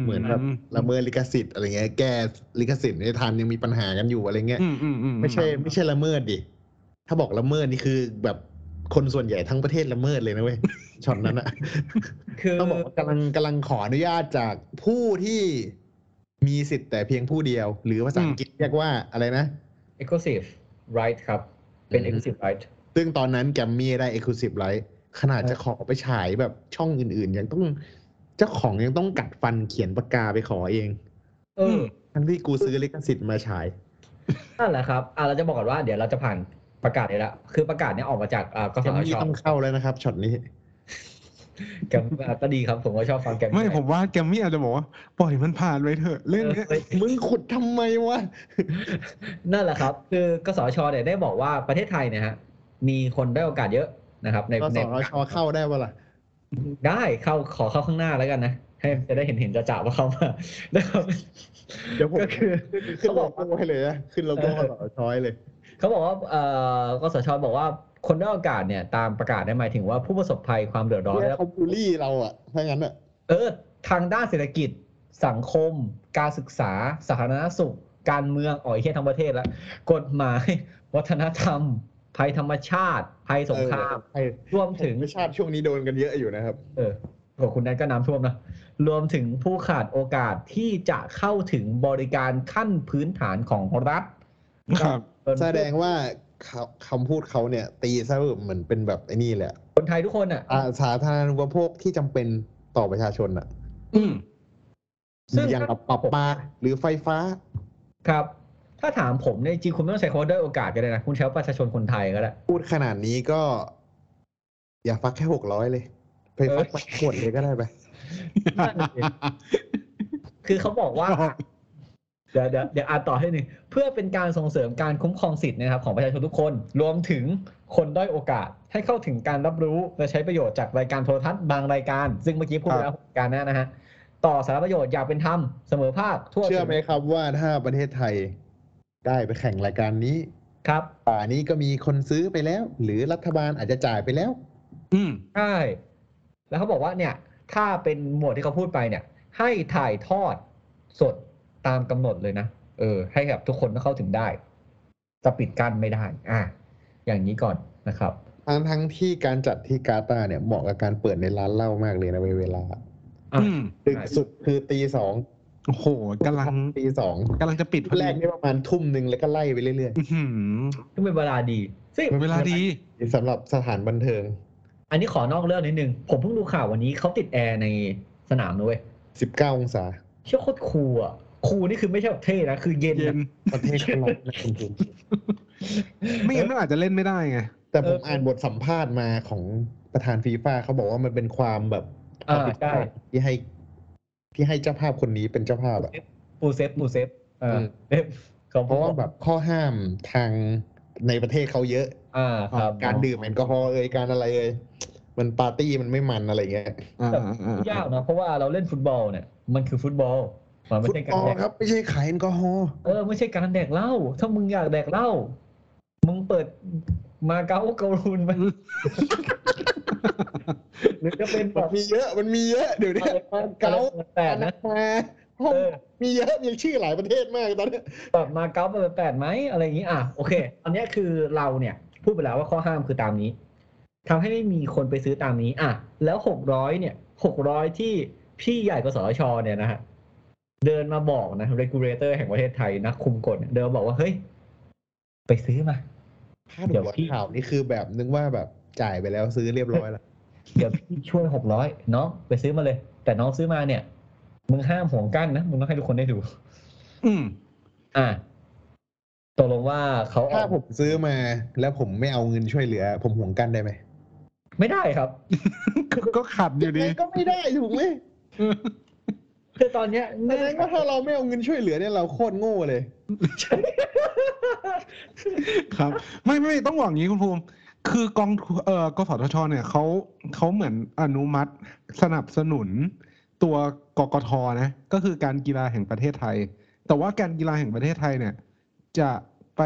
S4: เหมือนแบบ ละเมิดลิขสิทธิ์อะไรเงี้ยแก้ลิขสิทธิ์ในทันยังมีปัญหากันอยู่อะไรเงี้ย
S2: อืมอืมอืม
S4: ไม่ใช่ไม่ใช่ละเมิดดิ ถ้าบอกละเมิดนี่คือแบบคนส่วนใหญ่ทั้งประเทศละเมิดเลยนะเว้ย ช็อตนั้นอะ
S3: คือ
S4: ต้องบอกว่ากำลังกำลังขออนุญาตจากผู้ที่มีสิทธิ์แต่เพียงผู้เดียว หรือภาษาอังกฤษเรียกว่าอะไรนะ
S3: เอ็กซ์คลูซีฟไรท์ครับ เป็น
S4: อืม
S3: exclusive right
S4: ซึ่งตอนนั้นแกรมมี่ได้ Exclusive Right ขนาดจะขอไปฉายแบบช่องอื่นๆ ยังต้องเจ้าของยังต้องกัดฟันเขียนปากกาไปขอเอง
S3: เออ
S4: ทั้งที่กูซื้อลิขสิทธิ์มาฉาย
S3: นั่นแหละครับ อ่าเราจะบอกก่อนว่าเดี๋ยวเราจะผ่านประกาศเลยละ คือประกาศเนี้ยออกมาจากอ่ากส
S4: แกรมมี่
S3: ช
S4: ต้องเข้าแล้วนะครับช็อตนี้
S3: แกมอ่าก็ดีครับ ผมก็ชอบฟังแกม
S2: ไม่ผมว่าแกมมี่อาจจะบอกว่า ปล่อยมันผ่านไปเถอะ เล่น
S3: เอ
S2: เนี้
S3: อย เฮ้ย
S4: มึงขุดทำไมวะ
S3: นั่นแหละครับ คือกสชเนี่ยได้บอกว่าประเทศไทยเนี่ยฮะ มีคนได้โอกาสเยอะนะครับ ใน
S4: กส
S3: ใน
S4: ทชเข้าได้ปะล่ะ
S3: ได้เข้าขอเข้าข้างหน้าแล้วกันนะ ให้จะได้เห็นเห็นจะจ่าว่าเข้ามานะครับ
S4: เดี๋ยวผม
S3: ก็คือ
S4: ขึ้นโลโก้ให้เลยนะ ขึ้นโลโก้กสทชให้เลย
S3: เขาบอกว่าเอ่อกสชบอกว่าคนได้โอกาสเนี่ยตามประกาศได้หมายถึงว่าผู้ประสบภัยความเดือดร้อน
S4: เนี่ย
S3: และ
S4: เขาบูลลี่เราอ่ะถ้างั้นอ่ะ
S3: เออทางด้านเศรษฐกิจสังคม การศึกษา สาธารณสุข การเมืองอ๋อยเฮียทั้งประเทศแล้วกฎหมาย วัฒนธรรม ภัยธรรมชาติ ภัยสงคราม
S4: เออภัย
S3: รวมถึง
S4: ธรรมชาติช่วงนี้โดนกันเยอะอยู่นะครับ
S3: เออของคุณนั้นก็น้ำท่วมนะ รวมถึงผู้ขาดโอกาสที่จะเข้าถึงบริการขั้นพื้นฐานของรัฐ
S2: ครับ
S3: จน
S4: แสดงว่าเขาคำพูดเขาเนี่ย ตีซะแบบเหมือนเป็นแบบไอ้นี่แหละ
S3: คนไทยทุกคนอ่ะ
S4: อ่าสาธารณูปโภคที่จำเป็นต่อประชาชนอ่ะ
S2: อืม
S3: ซึ่ง
S4: อย่างกับปรับปลาหรือไฟฟ้า
S3: ครับ ถ้าถามผมเนี่ยจริงๆคุณไม่ต้องใช้คำว่าได้โอกาสก็ได้นะ คุณใช้ว่าประชาชนคนไทยก็ได้
S4: พูดขนาดนี้ก็ อย่าฟักแค่หกร้อยเลยไปฟักไปหมดเลยก็ได้ไป
S3: นั่นสิ คือเขาบอก ว่า
S2: ครับ
S3: เดี๋ยวเดี๋ยวเดี๋ยวอ่านต่อให้หนึ่งเพื่อเป็นการส่งเสริมการคุ้มครองสิทธิ์นะครับของประชาชนทุกคน รวมถึงคนด้อยโอกาสให้เข้าถึงการรับรู้และใช้ประโยชน์จากรายการโทรทัศน์บางรายการ ซึ่งเมื่อกี้พูดไปแล้วรายการหนั้นนะฮะ ต่อสารประโยชน์อย่างเป็นธรรมเสมอภาคทั่ว
S4: เชื่อไหมครับว่าถ้าประเทศไทยได้ไปแข่งรายการนี้
S3: ครับ
S4: ป่านี้ก็มีคนซื้อไปแล้ว หรือรัฐบาลอาจจะจ่ายไปแล้ว
S2: อืม
S3: ใช่ แล้วเขาบอกว่าเนี่ย ถ้าเป็นหมวดที่เขาพูดไปเนี่ย ให้ถ่ายทอดสดตามกำหนดเลยนะ เออ ให้กับทุกคนเข้าถึงได้จะปิดกั้นไม่ได้ อ่ะ อย่างนี้ก่อนนะครับ
S4: ทั้งทั้งที่การจัดที่กาตาร์เนี่ยเหมาะกับการเปิดในร้านเหล้ามากเลยนะเวลา
S2: อืม
S4: ดึกสุดคือตีสอง
S2: โอ้โหกำลัง
S4: ตีสอง
S2: กำลังจะปิดพอ
S4: แร
S2: ดี
S4: กนี่ประมาณทุ่มหนึ่งแล้วก็ไล่ไปเรื่อย
S2: อื้อหือ
S3: ซึ่งเป็นเวลาดี ซึ่ง
S2: เวลาดี
S4: ๆสำหรับสถานบันเทิง
S3: อันนี้ขอนอกเรื่องนิดนึง ผมเพิ่งดูข่าววันนี้เขาติดแอร์ในสนามนะเว้ย
S4: 19 องศา
S3: เชื่อโคตรคูลอ่ะ คูลนี่คือไม่ใช่แบบเท่นะ คือเย็น
S2: เย็
S3: อะ
S2: น
S4: ประเทศเขาร้อนนะคุณผู้ชม
S2: ไม่งั้นมันอาจจะเล่นไม่ได้ไง
S4: แต่ผม
S3: เอออ่
S4: อ่านบทสัมภาษณ์มาของประธานฟีฟ่าเขาบอกว่ามันเป็นความแบบ
S3: อ่าใช่
S4: ที่ให้ที่ให้เจ้าภาพคนนี้เป็นเจ้าภาพอะ
S3: ปูเซฟปูเซฟเออ
S4: ม
S3: เซฟของ
S4: เพราะว่าแบบข้อห้ามทางในประเทศเขาเยอะ
S3: อ่าครับ
S4: การดื่มแอลกอฮอล์เอ่ยการอะไรเอ่ยมันปาร์ตี้มันไม่มันอะไรเงี้ย
S2: อ่า
S3: แต่
S2: อ่าย
S3: ากนะเพราะว่าเราเล่นฟุตบอลเนี่ยมันคือฟุตบอลมันไม่
S4: ฟุต
S3: ใช่
S4: บ
S3: กา
S4: อ
S3: ร
S4: ล
S3: แดก
S4: ครับไม่ใช่ขายแอลกอฮอล์
S3: เออไม่ใช่การแดกเหล้าถ้ามึงอยากแดกเหล้ามึงเปิดมาเก๊าเกาลู นไปหรือจะเป็นแบ
S4: มัน
S3: บ
S4: มีเยอะมันมีเยอะเดี๋ยวเนี้ยเก๊า
S3: แป
S4: อ
S3: ด
S4: นา
S3: นะ
S4: มาห้อง
S3: เออ
S4: มีเยอะมีชื่อหลายประเทศมากตอนเนี้ย
S3: แบบมาเก๊าเปิดแปดไหมอะไรอย่างนี้อ่ะโอเค อันเนี้ยคือเราเนี่ย พูดไปแล้วว่าข้อห้ามคือตามนี้ทำให้ไม่มีคนไปซื้อตามนี้ อ่ะ แล้วหกร้อยเนี่ยหกร้อยที่พี่ใหญ่กสทชเนี่ยนะฮะ เดินมาบอกนะ regulator แห่งประเทศไทยนะคุมกฎเนี่ยเดินมาบอกว่า เฮ้ย ไปซื้อมา
S4: พาด
S3: เดี๋ยว
S4: หัว
S3: พี่
S4: ข่าวนี่คือแบบนึกว่าแบบจ่ายไปแล้วซื้อเรียบร้อยแล้ว
S3: เดี๋ยวพี่ช่วยหกร้อยน้องไปซื้อมาเลย แต่น้องซื้อมาเนี่ย มึงห้ามห่วงกั้นนะ มึงต้องให้ทุกคนได้ดู
S2: อืม
S3: อ่ะตกลงว่าเขาอ
S4: ถ้า
S3: อก
S4: ผมซื้อมาแล้วผมไม่เอาเงินช่วยเหลือ ผมห่วงกันได้ไหม
S3: ไม่ได้ครับ
S2: ก็ก็ขัดอยู่ดี
S4: ยังไงก็ไม่ได้ถูกไหม
S3: คือตอนเนี้ย
S4: แส
S3: เนื่อ
S4: ด
S3: ง
S4: งว่าถ้าเราไม่เอาเงินช่วยเหลือเนี่ยเราโคตรโง่เลย
S2: ครับ ไม่ไม่ต้องหวังอย่างนี้คุณภูมิ คือกองทุนเอ่อกสทชเนี่ยเขาเขาเหมือนอนุมัติสนับสนุนตัวกกทนะก็คือการกีฬาแห่งประเทศไทย แต่ว่าการกีฬาแห่งประเทศไทยเนี่ย จะไป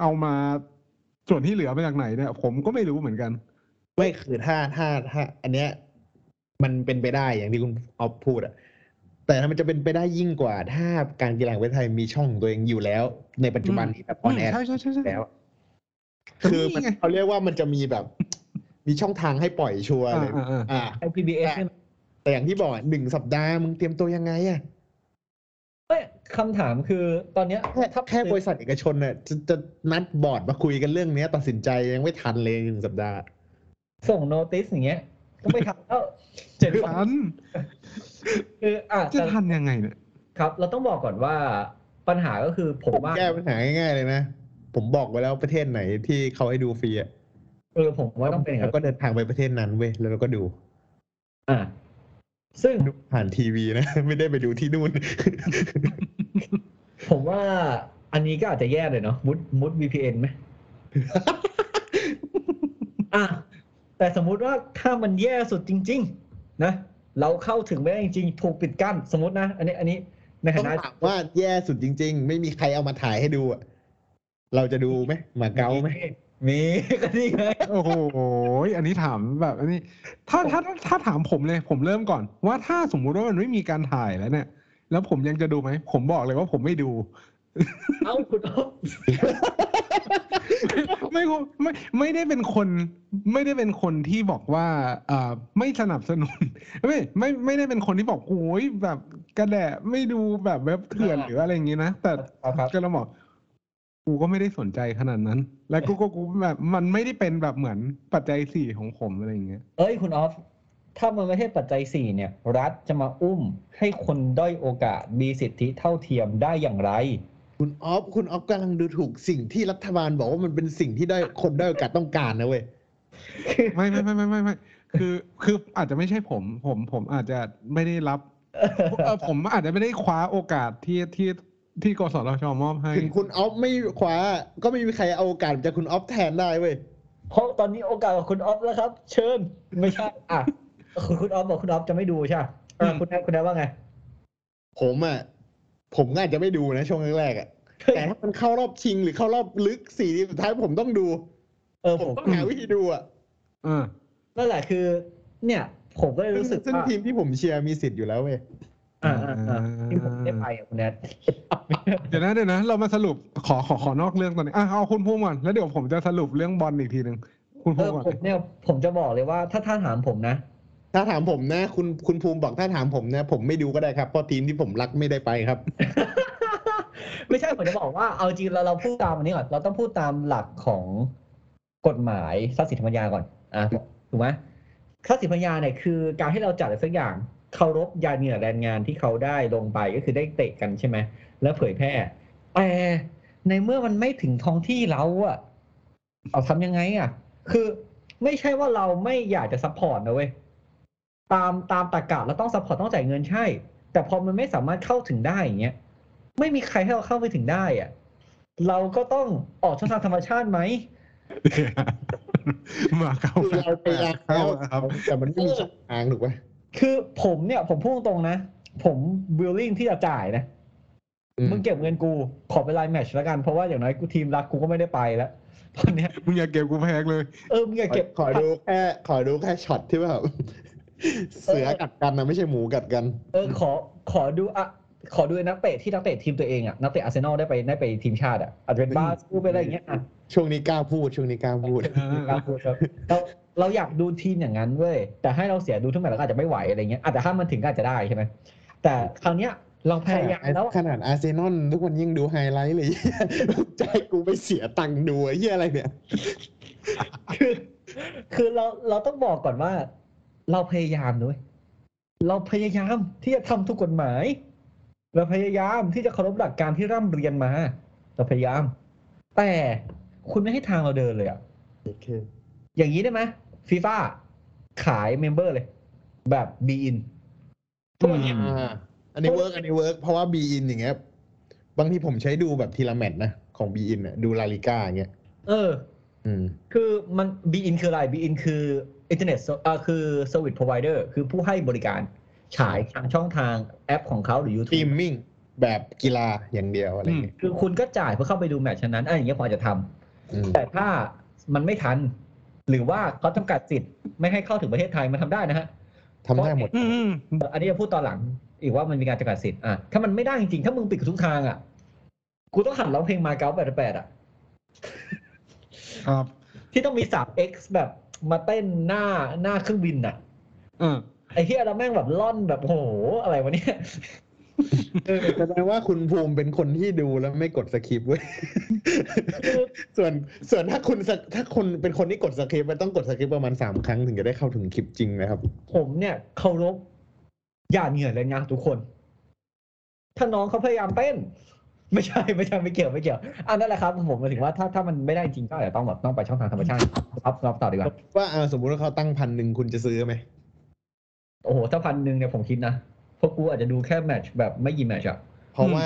S2: เอามาส่วนที่เหลือมาจากไหนเนี่ย ผมก็ไม่รู้เหมือนกัน
S4: ไม่คือถ้าถ้าถ้า อันเนี้ยมันเป็นไปได้อย่างที่คุณออฟพูดอะแต่มันจะเป็นไปได้ยิ่งกว่า ถ้าการกีฬาแห่งประเทศไทยมีช่องของตัวเองอยู่แล้ว ในปัจจุบัน
S2: อืม
S4: ที่แบบออนแอร์
S2: ใช่ใช่ใช่ใช่
S4: แล้ว
S2: แต่
S4: คือ
S2: นี่
S4: มัน
S2: ไง
S4: เขาเรียกว่ามันจะมีแบบ มีช่องทางให้ปล่อยชัวร์
S2: อ่า
S4: เลย
S2: อ่าอ่า
S4: อ่า
S3: ไอพีบีเอส
S4: แต่ แต่อย่างที่บอกอะหนึ่งสัปดาห์มึงเตรียมตัวยังไงอะ
S3: คำถามคือตอนเนี้ย
S4: แค่
S3: ถ้า
S4: แค่บริษัทเอกชนเนี่ยจะจะนัดบอร์ดมาคุยกันเรื่องเนี้ย ตัดสินใจยังไม่ทันเลยหนึ่งสัปดาห์
S3: ส่งโนติสอย่างเงี้ย ก็ไม่ทันแล้วเจ็ดวัน
S2: ทัน
S3: คืออ่ะ
S2: จะ
S3: แต่
S2: ทันยังไงเนี่ย
S3: ครับ เราต้องบอกก่อนว่าปัญหาก็คือผมว่า
S4: แก้ปัญหาง่ายๆเลยนะ ผมบอกไว้แล้วประเทศไหนที่เขาให้ดูฟรีอะ
S3: เออผมว่าต้องเป็นอย่าง
S4: แล้
S3: นั้
S4: วน ก็เดินทางไปประเทศนั้นเว้ย แล้วเราก็ดู
S3: อ่ะซึ่ง
S4: ดูผ่านทีวีนะ ไม่ได้ไปดูที่ นู่น
S3: ผมว่าอันนี้ก็อาจจะแย่เลยเนาะมุดมุด VPN ไหม อ่ะแต่สมมุติว่าถ้ามันแย่สุดจริง ๆ นะ เราเข้าถึงไม่ได้จริงๆ ถูกปิดกั้น สมมตินะ อันนี้ อันนี้ใน
S4: ต้อ
S3: ฐาง นะ
S4: ถามว่าแย่สุดจริง ๆ ไม่มีใครเอามาถ่ายให้ดูอะเราจะดูไหมหมาเก๊าไหม
S3: มีก็นี่ไง
S2: โอ้โห อันนี้ถามแบบอันนี้ ถ้าถ้าถ้าถ้าถามผมเลย ผมเริ่มก่อน ว่าถ้าสมมุติว่ามันไม่มีการถ่ายแล้วเนี่ย แล้วผมยังจะดูไหม ผมบอกเลยว่าผมไม่ดู
S3: เอ้าคุณอ๊อฟ
S2: ไม่ไม่ไม่ไม่ได้เป็นคน ไม่ได้เป็นคนที่บอกว่าเอ่อไม่สนับสนุ น ไม่ไม่ไม่ได้เป็นคนที่บอกโอ้ยแบบกระแดะไม่ดูแบบเว็บเถื่อนหรืออะไรอย่างงี้นะแต่
S3: เอาครับ
S2: ก็เราบอกกูก็ไม่ได้สนใจขนาดนั้น และกูก็กูแบบมันไม่ได้เป็นแบบเหมือนปัจจัยสี่ของผมอะไรอย่างเงี้ย
S3: เอ้ยคุณออฟ ถ้ามันไม่ใช่ปัจจัยสี่เนี่ย รัฐจะมาอุ้มให้คนด้อยโอกาสมีสิทธิเท่าเทียมได้อย่างไร
S4: คุณออฟคุณออฟกำลังดูถูกสิ่งที่รัฐบาลบอกว่ามันเป็นสิ่งที่ได้คนได้โอกาสต้องการนะเว้ย
S2: ไม่ไม่ไม่ไม่ไม่ไม่คือคืออาจจะไม่ใช่ผม ผมผมอาจจะไม่ได้รับเอ่อผมอาจจะไม่ได้คว้าโอกาสที่ที่ที่กสทชมอบให้
S4: ถึงคุณออฟไม่คว้า ก็ไม่มีใครเอาโอกาสจากคุณออฟแทนได้เว้ย
S3: เพราะตอนนี้โอกาสของคุณออฟแล้วครับ เชิญไม่ใช่ อ่ะคุณคุณออฟบอกคุณออฟจะไม่ดูใช่ไหม
S2: อืม
S3: คุณแอฟคุณแอฟว่าไง
S4: ผมอ่ะ ผมก็อาจจะไม่ดูนะช่วงแรกๆอ่ะ
S3: เฮ้ย
S4: แต่ถ้ามันเข้ารอบชิงหรือเข้ารอบลึกสี่ทีมสุดท้ายผมต้องดู
S3: เออ
S4: ผ
S3: ผม ม
S4: ต้องหาวิธีดูอ่ะ
S2: เออ
S3: นั่นแหละคือ เนี่ย ผมก็เลย
S4: ซึ่ง
S3: รู้สึก
S4: ซึ่ง
S3: ว่า
S4: ทีมที่ผมเชียร์มีสิทธิ์อยู่แล้วเว้ย
S3: อ่าอ่าอ่าที่ผมไม่ได้ไปอ่ะคุณแอฟ
S2: เดี๋ยวนะเดี๋ยวนะ เรามาสรุปขอขอขอนอกเรื่องตอนนี้อ่ะเอาคุณภูมิก่อนแล้วเดี๋ยวผมจะสรุปเรื่องบอลอีกทีหนึ่งคุณ
S3: เอ
S2: ภูมิ
S3: อ
S2: ก่อน
S3: ผมเนี่ยผมจะบอกเลยว่าถ้าท่านถามผมนะ
S4: ถ้าถามผมนะ คุณคุณภูมิบอกถ้าถามผมนะ ผมไม่ดูก็ได้ครับเพราะทีมที่ผมรักไม่ได้ไป ครับ
S3: ไม่ใช่ผมจะบอกว่าเอาจริงเราเราพูดตามอันนี้ก่อนเราต้องพูดตามหลักของกฎหมายทรัพย์สินทางปัญญาก่อนอ่ะถูกไหมทรัพย์สินทางปัญญาเนี่ยคือการให้เราจัดอะไรสักอย่างเคารพยาเหนือแรงงานที่เขาได้ลงไปก็คือได้เตะกันใช่ไหมแล้วเผยแพร่แต่ในเมื่อมันไม่ถึงท้องที่เราอะเอาทำยังไงอะคือไม่ใช่ว่าเราไม่อยากจะซัพพอร์ตนะเว้ยตามตามตากะเราต้องซัพพอร์ตต้องจ่ายเงินใช่ แต่พอมันไม่สามารถเข้าถึงได้อย่างเงี้ย ไม่มีใครให้เราเข้าไปถึงได้อะเราก็ต้องออกช่องทางธรรมชาติไหม
S2: มาเข้า
S4: คือเราพยายาม
S2: เข้า
S4: แล้ว
S2: แล้วครับ
S4: แต่มันไม่มีช่องทางถูกไหม
S3: คือผมเนี่ยผมพูดตรงๆนะ ผมบิลลิ่งที่จะจ่ายนะ มึงเก็บเงินกู ขอเป็นรายแมตช์แล้วกัน เพราะว่าอย่างน้อยกูทีมรักกูก็ไม่ได้ไปแล้วตอนเนี้ย
S2: มึงอย่าเก็บกูแพงเลย
S3: เออมึงอย่า
S4: เก็
S3: เก็
S4: บบ ขอดูแค่ขอดูแค่ช็อตที่แบบ เสือกัดกันนะไม่ใช่หมูกัดกัน
S3: เออขอขอดูอะขอดูนักเตะที่นักเตะทีมตัวเองอะนักเตะอาร์เซนอลได้ไปได้ไปทีมชาติอะอาจจะเป็นบาสูไปนอะไรอย่างเงี้ยอะ
S4: ช่วงนี้กล้าพูด ช่วงนี้กล้าพูด
S3: เราเราเราอยากดูทีมอย่างนั้นเว้ยแต่ให้เราเสียดูทุกแมตช์เราก็อาจจะไม่ไหวอะไรเงี้ยอาจจะถ้ามันถึงก็อาจจะได้ใช่ไหมแต่คราวเนี้ยเราพยายามแล้ว
S4: ขนาดอาร์เซนอลทุกวันยิ่งดูไฮไลท์เลย ใจกูไปเสียตังค์ดูไอ้เหี้ยอะไรเนี่ย
S3: คือคือเราเราต้องบอกก่อนว่า เราพยายามด้วยเราพยายามที่จะทำทุกกฎหมาย เราพยายามที่จะเคารพหลักการที่ร่ำเรียนมา เราพยายาม แต่คุณไม่ให้ทางเราเดินเลยอะ อย่างนี้ได้ไหมฟีฟ่าขายเมมเบอร์เลย แบบบีอินทุกวันเนี้ย
S4: อ่าอันนี้เวิร์กอันนี้เวิร์กเพราะว่าบีอินอย่างเงี้ยบางทีผมใช้ดูแบบทีละแมตช์นะ ของบีอินอ่ะดูลาลิก้าอย่างเงี้ย
S3: เออ
S4: อืม
S3: คือมัน b ีอินคืออะไร b ีอินคืออินเทอร์เน็ตเอ่อคือเซอร์วิสพรอไวเดอร์คือผู้ให้บริการฉายทางช่องทางแอปของเขาหรือ
S4: สตรี
S3: YouTube
S4: มมิ่งแบบกีฬาอย่างเดียวอะไรอย่างเงี้ย
S3: คือคุณก็จ่ายเพื่อเข้าไปดูแมตช์ฉะนั้นอะไรอย่างเงี้ยพอจะทำ
S4: อืม
S3: แต่ถ้ามันไม่ทัน หรือว่าเขาจำกัดสิทธิ์ไม่ให้เข้าถึงประเทศไทยมันทำได้นะฮะ
S4: ทำได้หมด
S2: อืมอืมอืม
S3: เอ่ออันนี้จะพูดตอนหลังอีกว่ามันมีการจำกัดสิทธิ์อ่ะถ้ามันไม่ได้จริงๆ ถ้ามึงปิดทุกทางอ่ะ กูต้องหัดร้องเพลงมาเก๊าแปดแปดอ่ะ
S2: ครับ
S3: ที่ต้องมีสาม X แบบมาเต้นหน้าหน้าเครื่องบินอ่ะ
S2: เออ
S3: ไอ้เฮียเราแม่งแบบล่อนแบบโอ้โห อะไรวะเนี่ย
S4: แสดงว่าคุณภูมิเป็นคนที่ดูแล้วไม่กดสคริปต์เว้ย ส่วนส่วนถ้าคุณสถ้าคุณเป็นคนที่กดสคริปต์มันต้องกดสคริปต์ประมาณสามครั้งถึงจะได้เข้าถึงคลิปจริงนะครับ
S3: ผมเนี่ยเคารพหยาดเหงื่อแรงงานทุกคน ถ้าน้องเขาพยายามเต้น ไม่ใช่ไม่ใช่ไม่เกี่ยวไม่เกี่ยวอันนั่นแหละครับ ผมหมายถึงว่าถ้าถ้ามันไม่ได้จริงก็อาจจะต้องแบบต้องไปช่องทางธรรมชาติครับครับต่อดีกว่า
S4: ว่าเอาสมมุติว่าเขาตั้งพันหนึ่งคุณจะซื้อไหม
S3: โอ้โหถ้าพันหนึ่งเนี่ยผมคิดนะเพราะกูอาจจะดูแค่แมตช์แบบไม่กี่แมตช์อะ
S4: เพราะว่า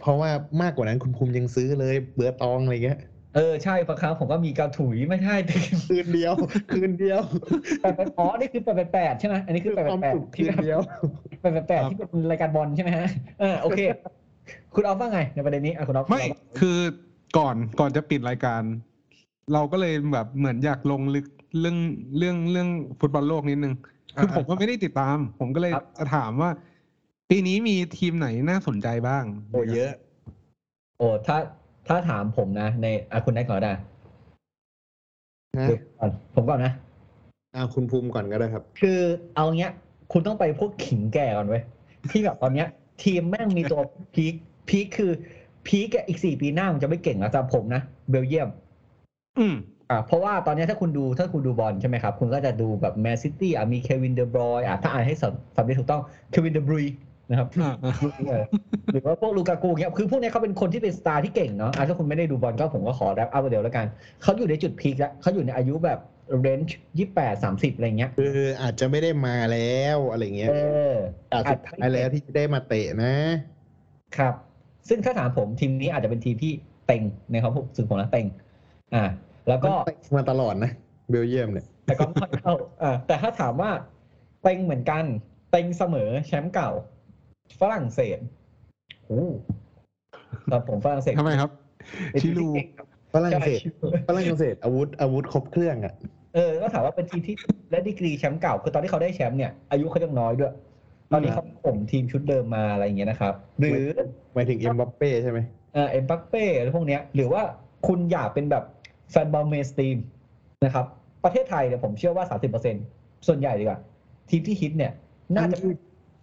S4: เพราะว่ามากกว่านั้นคุณภูมิยังซื้อเลยเบื่อตองอะไรเงี้ย
S3: เออใช่บางครั้งผมก็มีการถุยไม่ใช่ แต่
S4: คืนเดียว คืนเดียว
S3: แต่เป็นอ๋อนี่คือแปดแปดแปดใช่ไหมอันนี้คือแปด
S4: ค
S3: แป
S4: วา
S3: ด
S4: ม
S3: แปด
S4: สุข
S3: ที่
S4: คืนเดียว
S3: แปดแปดแปดที่เป็นรายการบอลใช่ไหมฮะอ่าโอเค คุณออฟว่าไงในประเด็นนี้อ่ะคุณออฟ
S2: ไม่คือก่อนก่อนจะปิดรายการ เราก็เลยแบบเหมือนอยากลงลึกเรื่องเรื่องเรื่องฟุตบอลโลกนิดนึงคือ
S4: อ่า
S2: ผมก็ไม่ได้ติดตาม ผมก็เลยจะถามว่า ปีนี้มีทีมไหนน่าสนใจบ้าง
S4: โอ้เยอะ
S3: โอ้ถ้าถ้าถามผมนะ ในอ่ะคุณได้ก่อนได้
S4: นะ
S3: เดี๋ยวก่อนผมก่อนนะ
S4: อ่าคุณภูมิก่อนก็ได้ครับ
S3: คือเอาเงี้ย คุณต้องไปพวกขิงแก่ก่อนเว้ยที่แบบตอนเนี้ย ทีมแม่งมีตัวพีคพีคคือพีคอะอีกสี่ปีหน้ามันจะไม่เก่งแล้วสำหรับผมนะเบลเยียม
S2: อืม
S3: อ่าเพราะว่าตอนเนี้ยถ้าคุณดูถ้าคุณดูบอลใช่ไหมครับ คุณก็จะดูแบบแมนซิตี้อ่ะมีเควินเด b บรอยอ่ะถ้าอ่านให้สำสำเนียงถูกต้องเควินเด b บรุยนะครับ
S2: อ่า อ่า
S3: เออหรือว่าพวกลูกากูเงี้ยคือพวกเนี้ยเขาเป็นคนที่เป็นสตาร์ที่เก่งเนาะอ่ะถ้าคุณไม่ได้ดูบอลก็ผมก็ขอแรปอัพเดียวแล้วกัน เขาอยู่ในจุดพีคแล้วเขาอยู่ในอายุแบบเรนจ์ยี่แปดสามสิบอะไรเงี้ย
S4: คืออาจจะไม่ได้มาแล้วอะไรเงี้ย
S3: เออ
S4: อาจสุดท้ายแล้วที่ได้มาเตะนะครับ
S3: ซึ่งถ้าถามผมทีมนี้อาจจะเป็นทีมที่เต็งนะครับผมสึ่งผมนะเต็งอ่าแล้วก็
S4: มันเตะมาตลอดนะเบลเยียมเนี่ย
S3: แต่ก็ไม่ค่อยเข้าเออแต่ถ้าถามว่าเต็งเหมือนกันเต็งเสมอแชมป์เก่า ฝรั่งเศสโอ้ครับผมฝรั่งเศส
S2: ทำไมครับ
S3: เป็น
S2: ชิ
S3: ม
S2: ลู
S3: ที่เก่งครับ
S4: ฝรั่งเศส ฝรั่งเศสอาวุธอาวุธครบเครื่องอ่ะ
S3: เออก็ถามว่าเป็นทีมที่และดีกรีแชมป์เก่า คือตอนที่เขาได้แชมป์เนี่ย อายุเขายังน้อยด้วย ตอนนี้เขาผมทีมชุดเดิมมาอะไรอย่างเงี้ยนะครับ หรือ
S4: หมายถึงเอ็มบัปเป้ใช่ไหม
S3: เอ่อเอ็มบัปเป้อะไรพวกเนี้ยหรือว่าคุณอยากเป็นแบบแฟนบอลเมนสตรีมนะครับ ประเทศไทยเนี่ยผมเชื่อว่า 30%ส่วนใหญ่ดีกว่า ทีมที่ฮิตเนี่ย น่าจะ
S4: อังกฤษ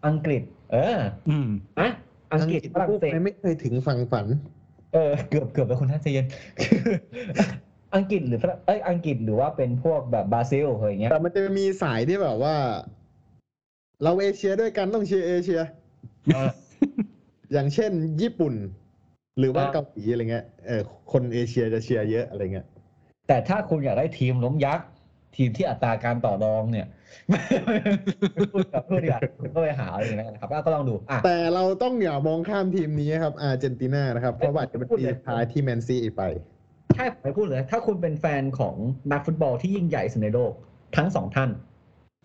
S3: อังกฤษ เออ
S2: อืม
S3: อะอังกฤษฝรั่งเศส
S4: ไม่เคยถึงฝั่งฝัน
S3: เออเกือบเกือบแล้วคุณท่านใจเย็น อังกฤษหรือฝรั่งเอ้ยอังกฤษหรือว่าเป็นพวกแบบบราซิลอะไรอย่างเงี้ย
S4: แต่มันจะมีสายที่แบบว่า เราเอเชียด้วยกันต้องเชียร์เอเชีย
S3: อ่า
S4: อย่างเช่น ญี่ปุ่น หรือว่า
S3: อ่า
S4: เกาหลีอะไรเงี้ยเออคนเอเชียจะเชียร์เยอะอะไรเงี้ย
S3: แต่ถ้าคุณอยากได้ทีมล้มยักษ์ ทีมที่อัตราการต่อรองเนี่ย พูดกับพูดดีกว่าก็ไปหาเอาเองแล้วกันนะครับอ่ะก็ลองดูอ่ะ
S4: แต่เราต้องอย่ามองข้ามทีมนี้ครับ อาร์เจนตินานะครับ เพราะว่าอาจจะเป็นทีมสุดท้ายที่แมนซีไป
S3: ใช่ผมไม่พูดเลย ถ้าคุณเป็นแฟนของนักฟุตบอลที่ยิ่งใหญ่สุดในโลก ทั้งสองท่าน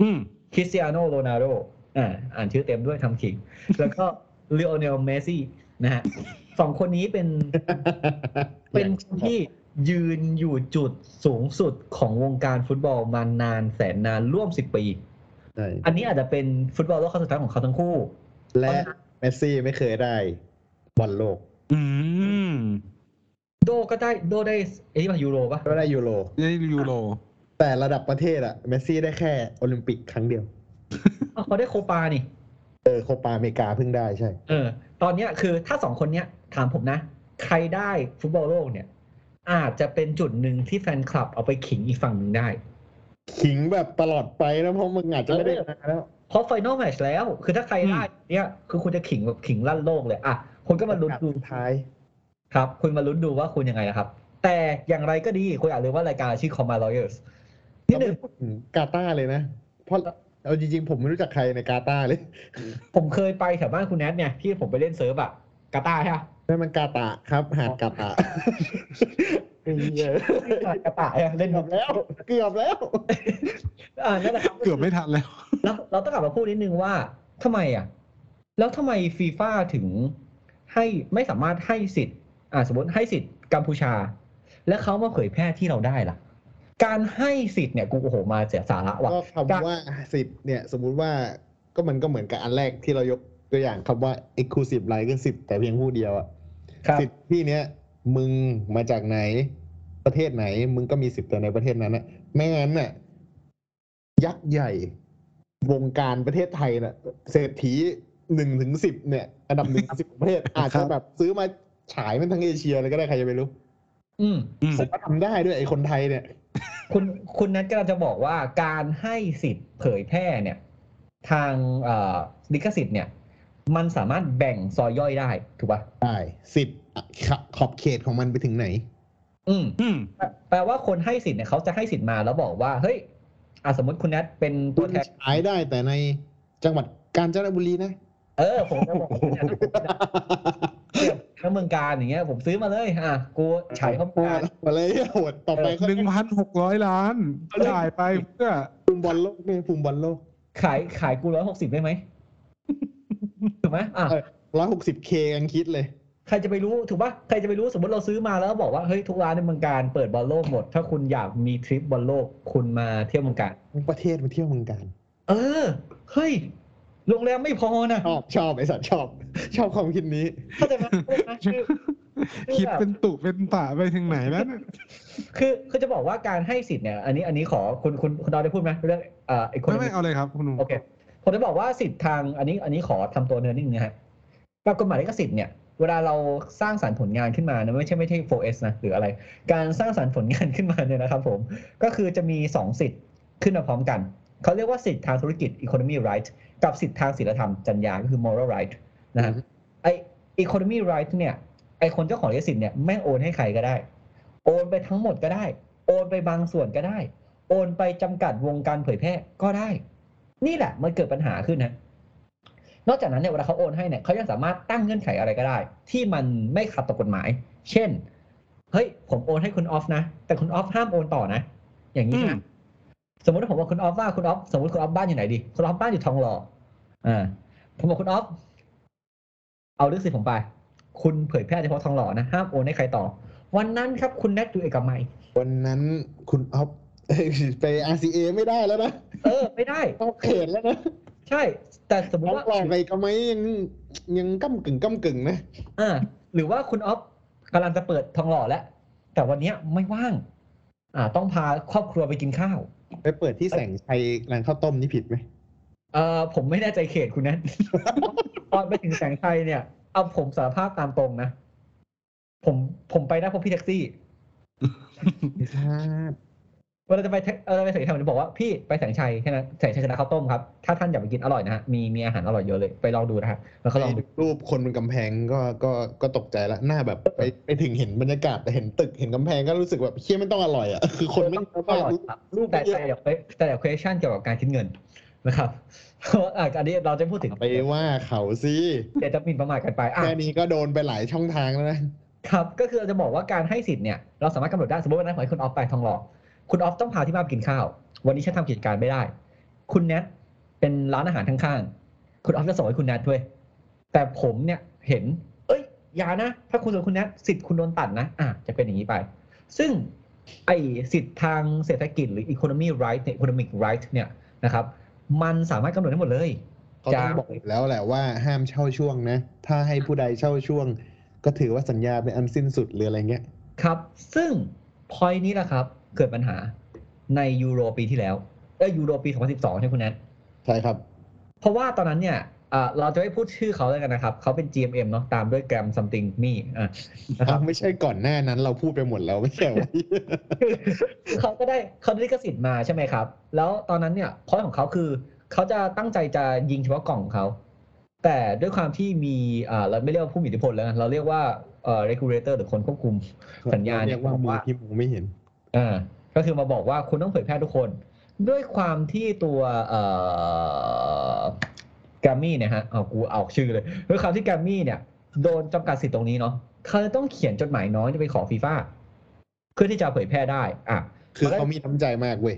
S2: อืม
S3: คริส t ตียโนโรนัลโดอ่าอ่านชื่อเต็มด้วยทำขิง แล้วก็เลโอเนลเมสซี่นะฮะสองคนนี้เป็นเป็นคนที่ยืนอยู่จุดสูงสุดของวงการฟุตบอลมานานแสนนานร่วมสิบปี
S4: ใช่
S3: อันนี้อาจจะเป็นฟุตบอลโลกครั้งสุดท้ายของเขาทั้งคู่
S4: และเมสซี่ไม่เคยได้บอลโลก
S2: อืม
S3: โดก็ได้โดได้ไอ้นี่มายูโรปะ
S4: ก็ได้ยูโร
S2: ได้ยูโร
S4: แต่ระดับประเทศอะเมสซี่ได้แค่โอลิมปิกครั้งเดียว
S3: อ้าวเขาได้โคปานี่
S4: เออโคปาอเมริกาเพิ่งได้ใช่
S3: เออตอนเนี้ยคือถ้าสองคนเนี้ยถามผมนะ ใครได้ฟุตบอลโลกเนี่ย อาจจะเป็นจุดหนึ่งที่แฟนคลับเอาไปขิงอีกฝั่งหนึ่งได้
S4: ขิงแบบตลอดไปนะเพราะมึงอาจจะไม่ได้
S3: เออ
S4: มาแล้ว
S3: เพราะไฟน l ลแมตชแล้ว คือถ้าใครได้เนี่ยคือคุณจะขิงแบบขิงลั่นโลกเลยอ่ะคุณก็มาลุ้นดู
S4: สุดท้าย
S3: ครับ คุณมาลุ้นดูว่าคุณยังไงนะครับ แต่อย่างไรก็ดี คุณอยากรู้ว่ารายการชื่อ Comma Lawyers
S4: ที่
S3: ที่
S4: ห
S3: ห
S4: นึ่
S3: นึ่
S4: ง
S3: ง
S4: พูดถึงกาตาร์เลยนะ เพราะเอาจริงๆ ผมไม่รู้จักใครในกาตาร์เลย
S3: ผมเคยไปแถวบ้านคุณแนทเนี่ยที่ผมไปเล่นเซิร์ฟอะกาตาร์ใช่ปะ
S4: นั่นมันกาตะครับ หาดกาตะไอ้เหี้ย
S3: กระต่ายอะเล่น
S4: เกื
S3: มุ
S4: อบ
S3: ก
S4: แล้ว เกือบแล้ว
S3: อ่านั่นแหละครับ
S2: เกือบไม่ทันแล้ว
S3: แล้วเราต้องกลับมาพูดนิดนึงว่าทำไมอ่ะ แล้วทำไมฟีฟ่าถึงให้ไม่สามารถให้สิทธิ์อ่าสมมติให้สิทธิ์กัมพูชา และเขามาเผยแพร่ที่เราได้ล่ะ การให้สิทธิ์เนี่ยกูโอ้โหมาเสียสาระว่ะ
S4: ก็คำว่าสิทธิ์เนี่ย สมมุติว่าก็มันก็เหมือนกับอันแรกที่เรายกตัวอย่างคำว่า exclusive right ก็สิทธิ์แต่เพียงผู้เดียวอะ
S3: ครับ
S4: สิทธิ์ที่เนี้ยมึงมาจากไหนประเทศไหน มึงก็มีสิทธิ์แต่ในประเทศนั้นนะไม่งั้นน่ะยักษ์ใหญ่ วงการประเทศไทยน่ะเศรษฐีหนึ่งถึงสิบเนี่ย อันดับหนึ่งสิบประเท ศ อาจจะแบบซื้อมาฉายมันทั้งเอเชียเลยก็ได้ใครจะไปรู้
S3: อืม
S2: อืม
S4: ผมว่าทำได้ด้วยไอ้คนไทยเนี่ย
S3: คุณคุณนัทกำลังจะบอกว่าการให้สิทธิ์เผยแพร่เนี่ย ทางเอ่อลิขสิทธิ์เนี่ย มันสามารถแบ่งซอยย่อยได้ถูกป่ะ
S4: ได้สิทธิ์อ่ะขะขอบเขตของมันไปถึงไหน
S3: อืม
S2: อืม
S3: แปลว่าคนให้สิทธิ์เนี่ยเขาจะให้สิทธิ์มาแล้วบอกว่า เฮ้ยอ่ะสมมติคุณนัทเป็นตั
S4: ตัว ว
S3: แทน
S4: ฉายได้แต่ในจังหวัดกาญจนบุรีนะ
S3: เออผมจะบอกว่าเนี่ยถ้าเมืองการอย่างเงี้ย ผมซื้อมาเลย อ่ะกู ฉายเข้าเมือง การ
S4: อะไรโหดต่อไป
S2: หนึ่งพันหกร้อยล้านจ่ายไปเพื่อ
S4: ภูมิบอลโลกเนี่ยภูมิบอลโลก
S3: ขายขายกูร้อยหกสิบได้ไหมถูกไหมอ่ะ
S4: ร้อยหกสิบเคกันคิดเลย
S3: ใครจะไปรู้ถูกปะใครจะไปรู้สมมติเราซื้อมาแล้วบอกว่าเฮ้ยทุกร้านในเมืองการเปิดบอลโลกหมด ถ้าคุณอยากมีทริปบอลโลกคุณมาเที่ยวเมืองการ
S4: ประเทศมาเที่ยวเมืองการ
S3: เออ เฮ้ยโรงแรมไม่พอนะ
S4: ชอบชอบไอสัตว์ชอบ ชอบความคิดนี้
S3: เข้าใจไหมเข้าใจไหมคืออ
S2: คิด
S3: แบบ
S2: เป็นตุเป็นตะไปถึงไหนแล้วเนี่ย
S3: คือคือจะบอกว่าการให้สิทธิ์เนี่ย อันนี้อันนี้ขอคุณคุณคุณดาวได้พูดไหมเรื่องเอ่อไอ้คน
S2: ไม่ไม่เอาเลยครับคุณหนุ่ม
S3: โอเคผมจะบอกว่าสิทธิ์ทางอันนี้อันนี้ขอทำตัวเนื้อนิดนึงนะฮะตามกฎหมายลิขสิทธิ์เนี่ย เวลาเราสร้างสรรค์ผลงานขึ้นมานะไม่ใช่ไม่ใช่ 4S นะหรืออะไร การสร้างสรรค์ผลงานขึ้นมาเนี่ยนะครับผม ก็คือจะมี 2 สิทธิ์ขึ้นมาพร้อมกัน เขาเรียกว่าสิทธิ์ทางธุรกิจ economy right กับสิทธิ์ทางศีลธรรมจรรยาก็คือ moral right นะฮะ
S4: อือฮึ
S3: ไอ economy right เนี่ย ไอคนเจ้าของลิขสิทธิ์เนี่ยแม่งโอนให้ใครก็ได้ โอนไปทั้งหมดก็ได้ โอนไปบางส่วนก็ได้ โอนไปจำกัดวงการเผยแพร่ก็ได้ นี่แหละมันเกิดปัญหาขึ้นนะนอกจากนั้นเนี่ยเวลาเขาโอนให้เนี่ยเขายังสามารถตั้งเงื่อนไขอะไรก็ได้ ที่มันไม่ขัดต่อกฎหมาย เช่น เฮ้ย ผมโอนให้คุณออฟนะ แต่คุณออฟห้ามโอนต่อนะ อย่างนี้นะสมมติว่าผมบอกคุณออฟว่าคุณออฟสมมติคุณออฟบ้านอยู่ไหนดีคุณออฟบ้านอยู่ทองหล่ออ่าผมบอกคุณออฟเอาเรื่องสิทธิ์ผมไป คุณเผยแพร่เฉพาะทองหล่อนะห้ามโอนให้ใครต่อ วันนั้นครับคุณแนทดูเอกมัย
S4: วันนั้นคุณอ๊อฟ เอ้ยไป RCA ไม่ได้แล้วนะ
S3: เออ ไม่ได้
S4: ต้องเขตแล้วนะ
S3: ใช่ แต่สมม
S4: น้อ
S3: ติ
S4: ง
S3: ว่า
S4: ปลอกไปก็ไม่ยังยังก้ากึ่งก้ากึ่งนะ
S3: อ่าหรือว่าคุณออฟกำลังจะเปิดทองหล่อแล้ว แต่วันเนี้ยไม่ว่าง อ่า ต้องพาครอบครัวไปกินข้าว
S4: ไปเปิดที่แสงชัยร้านข้าวต้มนี่ผิดไหม
S3: เอ่อผมไม่แน่ใจเขตคุณนะ ตอนไปถึงแสงชัยเนี่ย เอาผมสารภาพตามตรงนะ ผมผมไปนะพบพี่แท็กซี่
S4: ไม่ทราบ
S3: เวลาจะไปแท็กเออไปแสงชัยผมจะบอกว่าพี่ไปแสงชัยแค่นั้นแสงชัยชนะข้าวต้มครับ ถ้าท่านอยากไปกินอร่อยนะฮะมีมีอาหารอร่อยเยอะเลยไปลองดูนะฮะแล้วก็ลองดู
S4: รูปคนบนกำแพงก็ก็ก็ตกใจละหน้าแบบไปไปถึงเห็นบรรยากาศแต่เห็นตึกเห็นกำแพงก็รู้สึกแบบเชี่ยไม่ต้องอร่อยอ่ะคือคนไม่
S3: ต้อง
S4: รู้
S3: อ
S4: ว่า
S3: ร่อย
S4: รูป
S3: ครับ
S4: รูป
S3: แต่
S4: เยอะ
S3: แต่เดี๋ยวแต่เดี๋ยว question เกี่ยวกับการคิดเงินนะครับ เพราะว่าอ่ะอันนี้เราจะพูดถึง
S4: ไปว่าเขาสิ
S3: เดี๋ยวจะหมินประมาทกันไปอ่ะ
S4: แค่นี้ก็โดนไปหลายช่องทางแล้วนะครับ
S3: ก็คือเราจะบอกว่าการให้สิทธิ์เนี่ยเราสามารถกำหนดได้สมมติวันนั้นขอให้คุณออฟไปทองหล่อคุณออฟต้องพาที่บ้านไปกินข้าว วันนี้ฉันทำกิจการไม่ได้ คุณแนทเป็นร้านอาหารข้างๆคุณออฟจะส่งให้คุณแนทด้วย แต่ผมเนี่ยเห็น เอ้ยอย่านะ ถ้าคุณส่งคุณแนทสิทธิ์คุณโดนตัดนะอ่ะจะเป็นอย่างนี้ไป ซึ่งไอสิทธิ์ทางเศรษฐกิจหรือ economy right เนี่ย economic right เนี่ยนะครับ มันสามารถกำหนดได้หมดเลย
S4: เขาต้อง
S3: จ้า
S4: บอกอีกแล้วแหละว่าห้ามเช่าช่วงนะ ถ้าให้ผู้ใดเช่าช่วง ก็ถือว่าสัญญาเป็นอันสิ้นสุดหรืออะไรเงี้ย
S3: ครับ ซึ่ง point นี้แหละครับ เกิดปัญหาในยูโรปีที่แล้ว เอ้ยยูโรปี 2012 ใช่ไหมคุณแนท
S4: ใช่ครับ
S3: เพราะว่าตอนนั้นเนี่ยอ่าเราจะไม่พูดชื่อเขาแล้วกันนะครับ เขาเป็น GMM เนาะตามด้วย Gram something me อ่ะ นะครับ
S4: ไม่ใช่ก่อนหน้านั้นเราพูดไปหมด แล้วไม่ใช่เหรอ
S3: เขาก็ได้เขาได้ลิขสิทธิ์มาใช่ไหมครับ แล้วตอนนั้นเนี่ยพอยของเขาคือ เขาจะตั้งใจจะยิงเฉพาะกล่องของเขา แต่ด้วยความที่มีอ่าเราไม่เรียกว่าผู้มีอิทธิพลแล้วกันเราเรียกว่าเอ่อ regulator หรือคนควบคุม สัญญาเนี่
S4: เรี
S3: ย
S4: ยกว่า
S3: บอก
S4: มือ
S3: ว่า
S4: ที่มองไม่เห็น
S3: อ่าก็คือมาบอกว่าคุณต้องเผยแพร่ทุกคน ด้วยความที่ตัวเอ่อกรมมี่เนี่ยฮะเอากูเอาชื่อเลย ด้วยความที่กรมมี่เนี่ย โดนจำกัดสิทธิ์ตรงนี้เนาะเขาเลยต้องเขียนจดหมายน้อยไปขอฟีฟ่าเพื่อที่จะเผยแพร่ได้อ่ะ
S4: คือเขามีน้ำใจมากเว้ย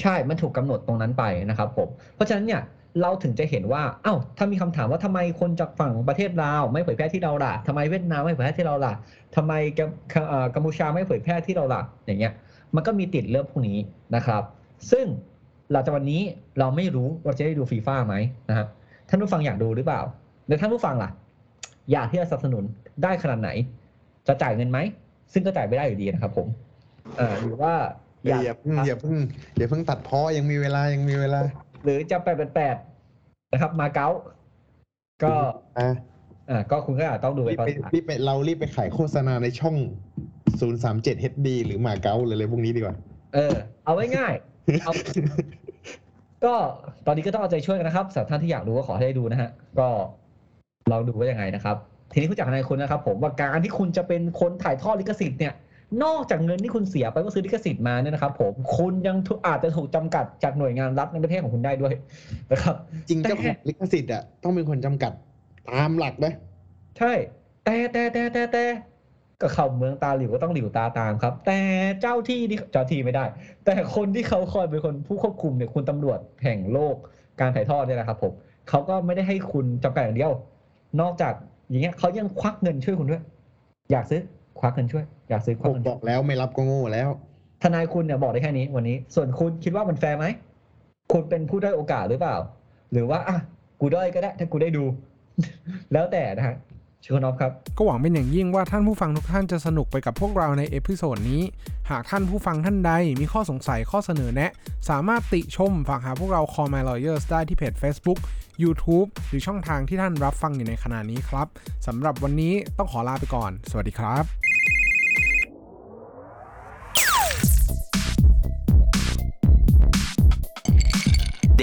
S3: ใช่ มันถูกกำหนดตรงนั้นไปนะครับผม เพราะฉะนั้นเนี่ยเราถึงจะเห็นว่า เอ้า ถ้ามีคำถามว่าทำไมคนจากฝั่งประเทศลาวไม่เผยแพร่ที่เราล่ะทำไมเวียดนามไม่เผยแพร่ที่เราล่ะทำไมกัมเอ่อกัมพูชาไม่เผยแพร่ที่เราล่ะ อย่างเงี้ย มันก็มีติดเรื่องพวกนี้นะครับ ซึ่งหลังจากวันนี้เราไม่รู้ว่าจะได้ดูฟีฟ่าไหมนะครับ ท่านผู้ฟังอยากดูหรือเปล่า แล้วท่านผู้ฟังล่ะ อยากที่จะสนับสนุนได้ขนาดไหน จะจ่ายเงินไหม ซึ่งก็จ่ายไม่ได้อยู่ดีนะครับผมเอ่อหรือว่า
S4: อย
S3: อาก
S4: ย่าเพิ่งอย่าเพิ่งอย่าเพิ่งตัดพ้อยังมีเวลายังมีเวลา
S3: หรือจะแปดแปดแปดนะครับ มาเก๊าก็
S4: อ่ะ
S3: อ่าก็คุณก็อาจต้องดู
S4: รี
S3: ไป
S4: บ
S3: ก่อน
S4: ไปรีบไปเรารีบไปขายโฆษณาในช่อง 037 HD หรือหมาเก๊าหรืออะไรพวกนี้ดีกว่า
S3: เออ เอาไว้ง่ายเอา ก็ตอนนี้ก็ต้องเอาใจช่วยกันนะครับสำหรับท่านที่อยากดูก็ขอให้ได้ดูนะฮะ ก็ลองดูว่ายังไงนะครับ ทีนี้คุณจากนายคุณนะครับ ผมว่าการที่คุณจะเป็นคนถ่ายทอดลิขสิทธิ์เนี่ย นอกจากเงินที่คุณเสียไปก็ซื้อลิขสิทธิ์มาเนี่ยนะครับ ผมคุณยังถูกอาจจะถูกจำกัดจากหน่วยงานรัฐในประเทศของคุณได้ด้วยนะครับ
S4: จริงเจ้าของลิขสิทธิ์อ่ะต้องเป็นคนจำกัดตามหลักนะ
S3: ใช่ แต่แต่แต่แต่แต่ก็เข้าเมืองตาหลิวก็ต้องหลิวตาตามครับ แต่เจ้าที่นี่เจ้าที่ไม่ได้ แต่คนที่เขาคอยเป็นคนผู้ควบคุมเนี่ยคุณตำรวจแห่งโลกการถ่ายทอดเนี่ยนะครับผมเขาก็ไม่ได้ให้คุณจำกัดอย่างเดียว นอกจากอย่างเงี้ยเขายังควักเงินช่วยคุณด้วย อยากซื้อควักเงินช่วย อยากซื้อควั
S4: ผ
S3: ก
S4: ม
S3: เงิน
S4: บอกแล้วไม่รับก็โง่แล้ว
S3: ทนายคุณเนี่ยบอกได้แค่นี้วันนี้ ส่วนคุณคิดว่ามันแฟร์ไหมคุณเป็นผู้ได้อยโอกาสหรือเปล่า หรือว่าอ่ะกูด้อยก็ได้ถ้ากูได้ดู แล้วแต่นะฮะชิคอนอฟครับ
S2: ก็หวังเป็นอย่างยิ่งว่าท่านผู้ฟังทุกท่านจะสนุกไปกับพวกเราในเอพิโซดนี้ หากท่านผู้ฟังท่านใดมีข้อสงสัยข้อเสนอแนะ สามารถติชมฝากหาพวกเรา Call My Lawyers ได้ที่เพจ Facebook YouTube หรือช่องทางที่ท่านรับฟังอยู่ในขณะนี้ครับสำหรับวันนี้ต้องขอลาไปก่อน สวัสดีครับ
S1: ำ